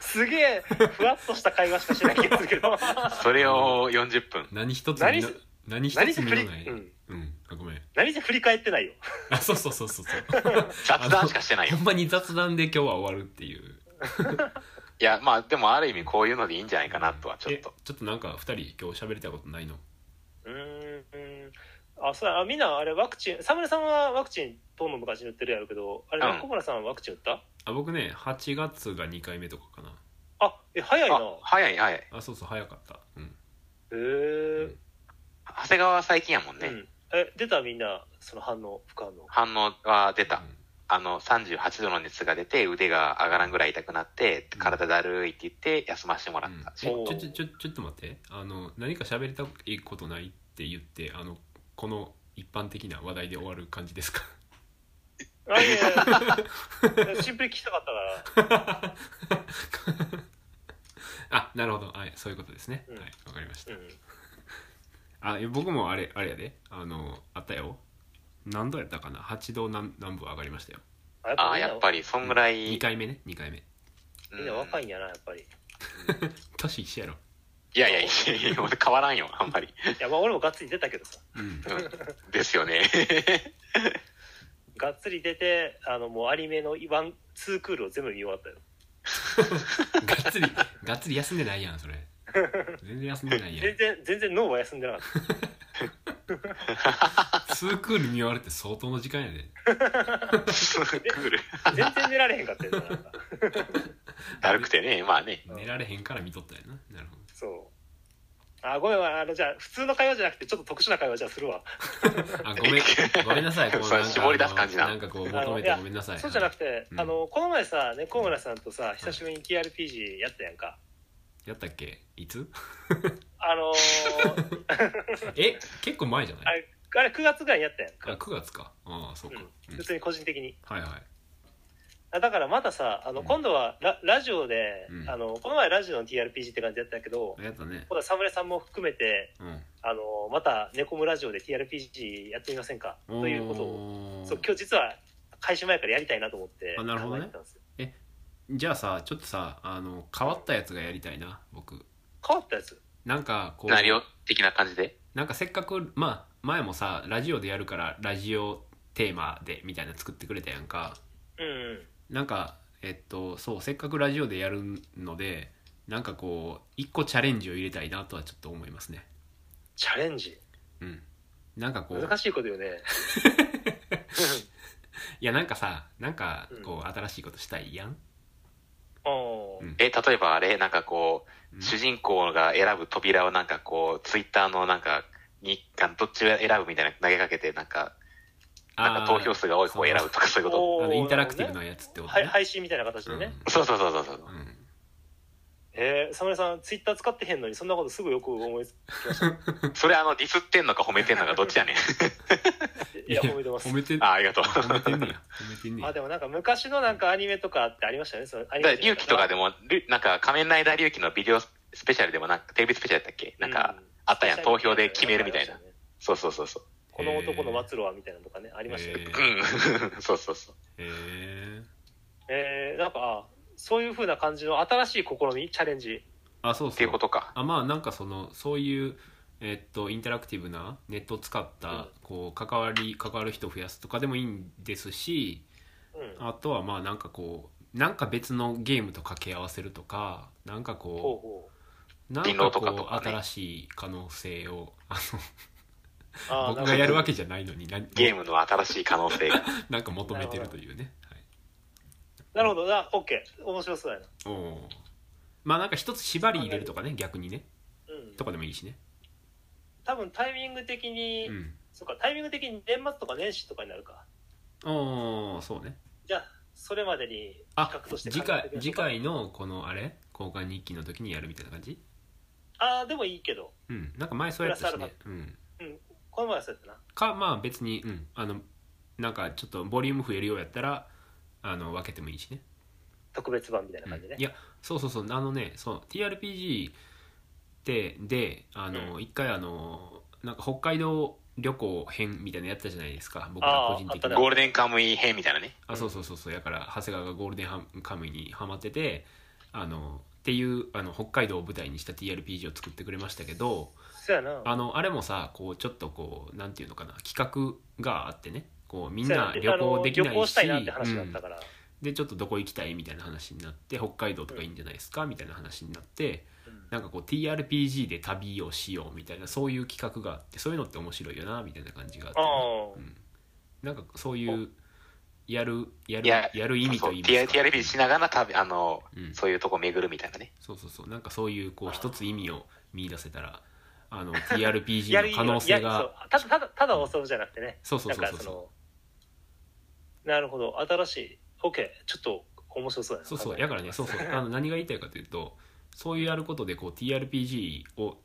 Speaker 2: すげえふわっとした会話しかしない気がするけど
Speaker 3: それを40分。
Speaker 1: 何一つ
Speaker 2: 何
Speaker 1: みな
Speaker 2: せ
Speaker 1: 何一
Speaker 2: 何
Speaker 1: つ
Speaker 2: せ
Speaker 1: 見
Speaker 2: 振り、
Speaker 1: ない、
Speaker 2: うん、
Speaker 1: うん、あごめん
Speaker 2: 何せ振り返ってないよ
Speaker 1: あそうそうそうそうそう
Speaker 3: 雑談しかしてないよ
Speaker 1: ほん。まに雑談で今日は終わるっていう
Speaker 3: いや、まあ、でもある意味こういうのでいいんじゃないかなとは、ちょっと
Speaker 1: え。ちょっとなんか二人今日喋りたいことないの
Speaker 2: うーんあそうやあみんなあれワクチンサムネさんはワクチンどんどん昔に打ってるやろうけどあれ
Speaker 3: うん
Speaker 2: 中村さんはワクチン打った
Speaker 1: あ僕ね8月が2回目とかかな
Speaker 2: あえ早いなへ
Speaker 3: あ、早い、早い。
Speaker 1: あそうそう早かったうん
Speaker 2: え、
Speaker 3: 長谷川は最近やもん
Speaker 2: う
Speaker 3: ね。
Speaker 2: ん、え出たみんなその反応不可能
Speaker 3: 反応は出た
Speaker 1: う。ん
Speaker 3: あの、38度の熱が出て、腕が上がらんぐらい痛くなって、体だるいって言って、休ませてもらった。
Speaker 1: ちょ
Speaker 2: おー
Speaker 1: ちょちょちょっと待ってあの何か喋りたいことないって言ってあのこの一般的な話題で終わる感じですか
Speaker 2: あいやいやシンプルに聞きたかったか
Speaker 1: あなるほどはいそういうことですね、
Speaker 2: うん
Speaker 1: はいわかりました
Speaker 2: ら、うん、
Speaker 1: あえ僕もあれあれやであのあったよ何度やったかな8度何何分上がりましたよ
Speaker 3: ああ、やっぱ
Speaker 2: り
Speaker 3: り、そんぐらい。
Speaker 1: 2回目ね2回目
Speaker 3: う
Speaker 2: みんな若い
Speaker 3: ん
Speaker 2: んやなやっぱり
Speaker 1: 年一緒やろ
Speaker 3: いやいやいやいや、俺変わらんよ、あんまり。
Speaker 2: いやまあ俺もがっつり出たけどさ
Speaker 1: うん
Speaker 3: うんです よね。
Speaker 2: がっつり出てあのもうアニメのワンツークールを全部見終わったよ
Speaker 1: がっつり がっつり休んでないやんそれ全然休んでないや
Speaker 2: 全然全然脳は休んでなかった
Speaker 1: んツークール見終わるって相当の時間やで
Speaker 3: 来る。
Speaker 2: 全然寝られへんかったよななんか
Speaker 3: だるくてね、まあね。
Speaker 1: 寝られへんから見とったやななるほど
Speaker 2: そうあごめんあのじゃあ普通の会話じゃなくてちょっと特殊な会話じゃあするわ
Speaker 1: あごめんごめんなさいこう
Speaker 3: そう
Speaker 1: なんか
Speaker 3: 絞り出す感じな
Speaker 1: なんかこう求め
Speaker 2: あのい
Speaker 1: て
Speaker 2: や
Speaker 1: ごめんなさい
Speaker 2: そうじゃなくて、
Speaker 1: うん
Speaker 2: あのこの前さ猫村さんとさ久しぶりに TRPG やったやんか
Speaker 1: やったっけいつ
Speaker 2: あのー
Speaker 1: え結構前じゃ
Speaker 2: あ
Speaker 1: ない
Speaker 2: れあれ9月ぐらいにやったやん
Speaker 1: あ
Speaker 2: か、
Speaker 1: 9月かああそうか、
Speaker 2: う、
Speaker 1: うんん
Speaker 2: 普通に個人的に
Speaker 1: はいはい
Speaker 2: あだからまたさあの
Speaker 1: うん
Speaker 2: 今度はララジオで、
Speaker 1: うん
Speaker 2: あのこの前ラジオの TRPG って感じやったけど
Speaker 1: あやったね
Speaker 2: 今度はサムネさんも含めて
Speaker 1: うん
Speaker 2: あのまた「ネコムラジオ」で TRPG やってみませんかということを
Speaker 1: おー
Speaker 2: そう今日実は開始前からやりたいなと思って
Speaker 1: あなるほどね
Speaker 2: 考えてたんですよ
Speaker 1: じゃあさちょっとさあの変わったやつがやりたいな僕
Speaker 2: 変わったやつ
Speaker 1: なんかこう
Speaker 3: 何を的な感じで。
Speaker 1: なんかせっかくまあ前もさラジオでやるからラジオテーマでみたいなの作ってくれたやんか
Speaker 2: うんうん
Speaker 1: なんかえっとそうせっかくラジオでやるのでなんかこう一個チャレンジを入れたいなとはちょっと思いますね
Speaker 2: チャレンジ
Speaker 1: うんなんかこう
Speaker 2: 難しいことよね
Speaker 1: いやなんかさなんか
Speaker 2: うん
Speaker 1: こう新しいことしたいやん、
Speaker 2: おー
Speaker 1: うん
Speaker 3: え、例えばあれ、なんかこ
Speaker 1: う
Speaker 3: う、
Speaker 1: ん
Speaker 3: 主人公が選ぶ扉をなんかこう、ツイッターのなんか、日韓どっちを選ぶみたいな投げかけて、なんか、なんか投票数が多い方を選ぶとかそういうこ
Speaker 1: あ
Speaker 2: お
Speaker 1: ーあ
Speaker 2: ー
Speaker 1: のインタラクティブなやつってこと
Speaker 2: はい配信みたいな形でね、
Speaker 3: と。そうそうそうそうそ
Speaker 1: う
Speaker 3: う。
Speaker 1: んうん
Speaker 2: えー、サムネさんツイッター使ってへんのにそんなことすぐよく思いつきました
Speaker 3: それあの、ディスってんのか褒めてんのかどっち やねん。
Speaker 2: いや褒めてます
Speaker 1: 褒めて
Speaker 3: あ、ありがと う。
Speaker 1: 褒めてんねや褒めてんね
Speaker 2: あ
Speaker 1: や
Speaker 2: でもなんか昔のなんかアニメとかってありましたよねそのアニ
Speaker 3: だ
Speaker 2: メ
Speaker 3: 龍騎とかで
Speaker 2: も
Speaker 3: も、りなんか仮面ライダー龍騎のビデオスペシャルでもなんか、テレビスペシャルだっけなんか、あったやん。投票で決めるみたいな。そうそうそうそう。
Speaker 2: この男の末路はみたいなのとかねありましたよ
Speaker 1: へ
Speaker 2: ね
Speaker 3: うん。 そうそうそう。
Speaker 1: へえ
Speaker 2: えー、なんかあそういうふうな感じの新しい試みチャレンジ
Speaker 1: あそうそう
Speaker 3: っていうことか。
Speaker 1: あまあなんかそのそういう、えっとインタラクティブなネットを使った、
Speaker 2: うん
Speaker 1: こう関わり関わる人を増やすとかでもいいんですし
Speaker 2: うん
Speaker 1: あとはまあなんかこうなんか別のゲームと掛け合わせるとかなんか
Speaker 2: ほう
Speaker 1: こ
Speaker 2: ほ
Speaker 1: うなん
Speaker 3: 人
Speaker 1: か
Speaker 3: 狼と
Speaker 1: こ
Speaker 3: か
Speaker 1: う
Speaker 3: とかね
Speaker 1: 新しい可能性をあ
Speaker 2: うあ
Speaker 1: の僕がやるわけ
Speaker 2: け
Speaker 1: じゃないのにな
Speaker 3: ゲームの新しい可能性が。
Speaker 1: なんか求めてるというね、はい、
Speaker 2: なるほどなオッケー面白そうやな
Speaker 1: おおまあなんか一つ縛り入れるとかね逆にね
Speaker 2: うん
Speaker 1: とかでもいいしね
Speaker 2: 多分タイミング的に
Speaker 1: うん
Speaker 2: そっか、タイミング的に年末とか年始とかになるか。
Speaker 1: おーそうね
Speaker 2: じゃあ、それまでに
Speaker 1: あ
Speaker 2: 企画として考
Speaker 1: 次
Speaker 2: えて
Speaker 1: 回
Speaker 2: みましょ
Speaker 1: 次
Speaker 2: うか
Speaker 1: 回のこのあれ交換日記の時にやるみたいな感じ
Speaker 2: ああ、でもいいけど。
Speaker 1: うんなんか前そうやったし
Speaker 2: プラ
Speaker 1: ね
Speaker 2: ス
Speaker 1: うん
Speaker 2: うん。この前はそうやったな。
Speaker 1: かまあ別にうんあのなんかちょっとボリューム増えるようやったらあの分けてもいいしね
Speaker 2: 特別版みたいな感じね。
Speaker 1: いやそうそうそうあのねそう TRPG ってであの、
Speaker 2: う
Speaker 1: 一回あのなんか北海道旅行編みたいなのやったじゃないですか僕
Speaker 2: あ
Speaker 1: ら
Speaker 2: ー
Speaker 1: 個人的
Speaker 2: あった
Speaker 1: に
Speaker 2: ね
Speaker 3: ゴールデンカムイ編みたいなね。
Speaker 1: あそうそうそうそうやから長谷川がゴールデンハムカムイにハマっててあのっていうあの北海道を舞台にした TRPG を作ってくれましたけど
Speaker 2: そうやな。
Speaker 1: あのあれもさこうちょっとこうなんていうのかな企画があってねこうみん
Speaker 2: そうや
Speaker 1: な
Speaker 2: な
Speaker 1: 旅行できな
Speaker 2: あの旅行
Speaker 1: い
Speaker 2: し
Speaker 1: した
Speaker 2: いなって話だ
Speaker 1: う
Speaker 2: っ
Speaker 1: ん
Speaker 2: たから。
Speaker 1: でちょっとどこ行きたいみたいな話になって北海道とかいいんじゃないですかみたいな話になって
Speaker 2: うん
Speaker 1: なんかこう TRPG で旅をしようみたいなそういう企画があってそういうのって面白いよなみたいな感じがあってね、
Speaker 2: あ
Speaker 1: うん、なんかそういうやるやる
Speaker 3: いや
Speaker 1: やる意味と
Speaker 3: そう
Speaker 1: いい
Speaker 3: T-
Speaker 1: ますか
Speaker 3: TRPG しながら旅、あの、
Speaker 1: うん
Speaker 3: そういうとこ巡るみたいなね。
Speaker 1: そうそうそうなんかそういうこう
Speaker 2: あー
Speaker 1: 一つ意味を見出せたらあの
Speaker 2: あ。や
Speaker 1: TRPG
Speaker 2: る
Speaker 1: の
Speaker 2: 意味
Speaker 1: 可能性が
Speaker 2: は。いやそうただ、ただ、ただ遊ぶじゃなくてね。
Speaker 1: そうそう
Speaker 2: なん
Speaker 1: そう
Speaker 2: か
Speaker 1: そう
Speaker 2: そ
Speaker 1: そ
Speaker 2: の、なるほど。新しい。OK。ちょっと面白そうや
Speaker 1: う
Speaker 2: な。
Speaker 1: そうそう
Speaker 2: や
Speaker 1: だからねそうそうあの何が言いたいかというとそういうやることでこう TRPG を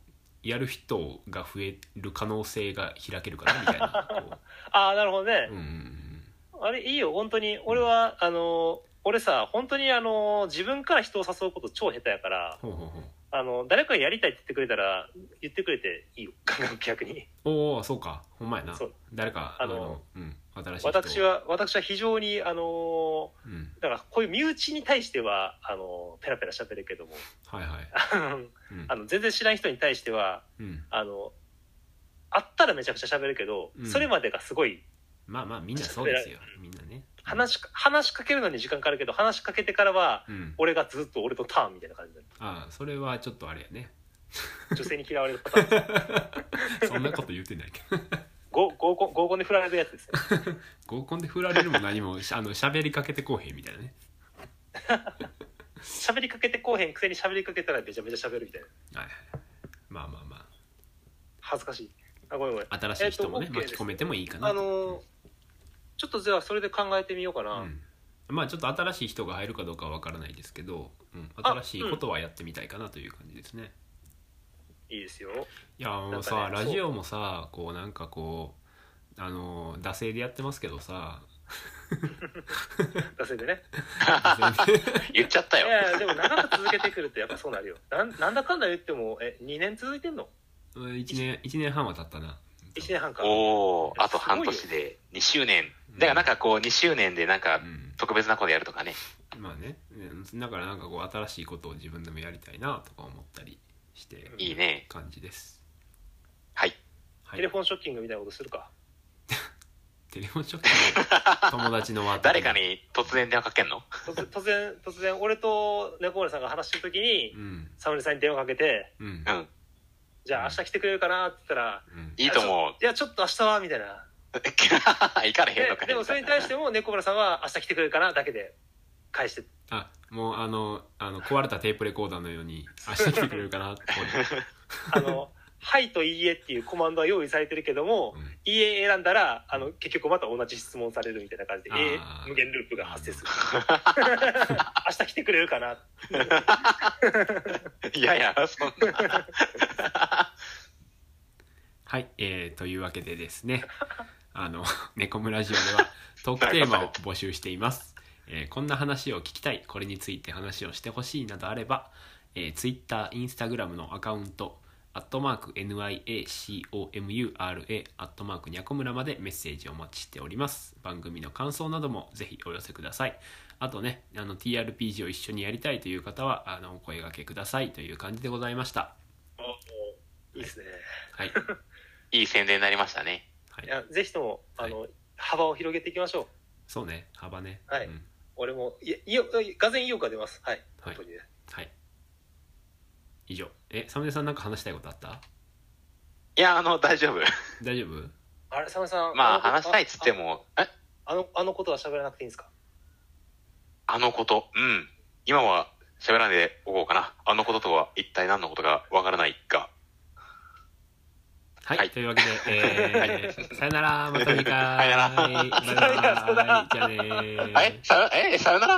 Speaker 1: やる人が増える可能性が開けるかなみたい なこ
Speaker 2: ああ、なるほどね
Speaker 1: う、う。んうんうん、
Speaker 2: あれ、いいよ。本当に。俺は、あの、俺さ、本当にあの、自分から人を誘うこと超下手やから、
Speaker 1: ほうほうほう
Speaker 2: あの、誰かがやりたいって言ってくれたら、言ってくれていいよ。 逆に。
Speaker 1: おおそうかほんまやな
Speaker 2: そう
Speaker 1: 誰かあ
Speaker 2: あの
Speaker 1: の、うん、新しい人
Speaker 2: 私は、私は非常に、あの
Speaker 1: うん、
Speaker 2: だからこういう身内に対しては、あのペラペラ喋るけども、
Speaker 1: はいはい、うん
Speaker 2: あの、全然知らん人に対しては、
Speaker 1: うん、
Speaker 2: あの、会ったらめちゃくちゃ喋るけど、
Speaker 1: うん
Speaker 2: それまでがすごい、
Speaker 1: まあまあみんなそうですよみんなね
Speaker 2: 話しか、話しかけるのに時間かかるけど、話しかけてからは、
Speaker 1: うん
Speaker 2: 俺がずっと俺とターンみたいな感じで、
Speaker 1: ああそれはちょっとあれやね
Speaker 2: 女性に嫌われるパターン、
Speaker 1: そんなこと言ってないけど
Speaker 2: 合合コン合コンで振られるやつですね。
Speaker 1: 合コンで振られるも何もしあの喋りかけてこうへんみたいなね
Speaker 2: 喋りかけてこうへんくせに喋りかけたらめちゃめちゃ喋るみたいな。
Speaker 1: はいはいまあまあま
Speaker 2: 恥ずかしい。あ、ごめんごめん。
Speaker 1: あ新しい人もね、
Speaker 2: えっと OK
Speaker 1: 巻き込めてもいいかな
Speaker 2: あのちょっとじゃあそれで考えてみようかな。
Speaker 1: うん、まあちょっと新しい人が入るかどうかは分からないですけど、うん、
Speaker 2: あ
Speaker 1: 新しいことはやってみたいかなという感じですね、
Speaker 2: いいですよ。
Speaker 1: いやもう
Speaker 2: な
Speaker 1: さ、
Speaker 2: んかね
Speaker 1: ラジオもさこうなんかこうあの惰性でやってますけどさ
Speaker 2: 惰性でね。
Speaker 1: 惰性で
Speaker 3: 言っちゃった
Speaker 2: い
Speaker 3: よ。
Speaker 2: やいや、でも長く続けてくるとやっぱそうなるよ。なんなんだかんだ言っても、え、2年続いてんの
Speaker 1: うん1年一年半は経ったな
Speaker 2: ?1 年半か。
Speaker 3: おおあと
Speaker 2: すごいよ
Speaker 3: 半年で2周年。だからなんかこう、2周年でなんか
Speaker 1: う、ん
Speaker 3: 特別なことやるとかね。
Speaker 1: まあねうんだからなんかこう新しいことを自分でもやりたいなとか思ったりして
Speaker 3: いいね。
Speaker 1: 感じです
Speaker 3: はい。
Speaker 1: は
Speaker 2: テレフォンショッキングみたいなことするか。
Speaker 1: テレフォンショックの友達の輪
Speaker 3: 誰かに突然電話かけんの
Speaker 2: 突突然、突然、俺と猫森さんが話してるときに
Speaker 1: う、ん
Speaker 2: サムネさんに電話かけて、
Speaker 1: うん
Speaker 3: うん。
Speaker 2: じゃあ明日来てくれるかなって言ったら、
Speaker 1: うん
Speaker 3: いいと思う。
Speaker 2: いや、ちょっと明日は、みたいな。
Speaker 3: 行かれへんのか
Speaker 2: で
Speaker 3: い
Speaker 2: でもそれに対しても猫村さんは明日来てくれるかなだけで返して
Speaker 1: あもうあのあの壊れたテープレコーダーのように明日来てくれるかなって
Speaker 2: あの「はい」と「いいえ」っていうコマンドは用意されてるけども
Speaker 1: うん
Speaker 2: 「いいえ」選んだらあの結局また同じ質問されるみたいな感じで
Speaker 1: あ
Speaker 2: え
Speaker 1: ー
Speaker 2: 無限ループが発 生する明日来てくれるかない
Speaker 3: やいや、そんな。
Speaker 1: はい、えーというわけでです ね、あの、ネコムラジオではトークテーマを募集しています。えーこんな話を聞きたい、これについて話をしてほしいなどあれば、えー、Twitter、Instagram のアカウント、アットマーク NIACOMURA、アットマークニャコムラまでメッセージをお待ちしております。番組の感想などもぜひお寄せください。あとね、あの TRPG を一緒にやりたいという方は、あの、お声掛けくださいという感じでございました。
Speaker 2: いいですね
Speaker 1: はい。
Speaker 3: いい宣伝になりましたね。
Speaker 1: はい い、
Speaker 2: やぜひともあの、幅を広げていきましょう
Speaker 1: そうね、幅ね。
Speaker 2: はい
Speaker 1: うん
Speaker 2: 俺もいやいよがぜん意欲が出ますはい、
Speaker 1: はい
Speaker 2: 本当にね
Speaker 1: はい。以上。え、サムネさんなんか話したいことあった
Speaker 3: いや、あの、大 丈夫。
Speaker 1: 大丈夫
Speaker 2: あれサムさん
Speaker 3: まあ、
Speaker 2: のこと
Speaker 3: 話したいっつっても、え
Speaker 2: ああのあのことは喋らなくていいんですか
Speaker 3: あのこと。うん。今は喋らんでおこうかな。あのこととは一体何のことかわからないが。
Speaker 1: はい、
Speaker 3: はい
Speaker 1: というわけで、 えーさよならまた2回
Speaker 3: さよなら
Speaker 1: バイバイじゃあねー
Speaker 3: え、さよ、え、さよなら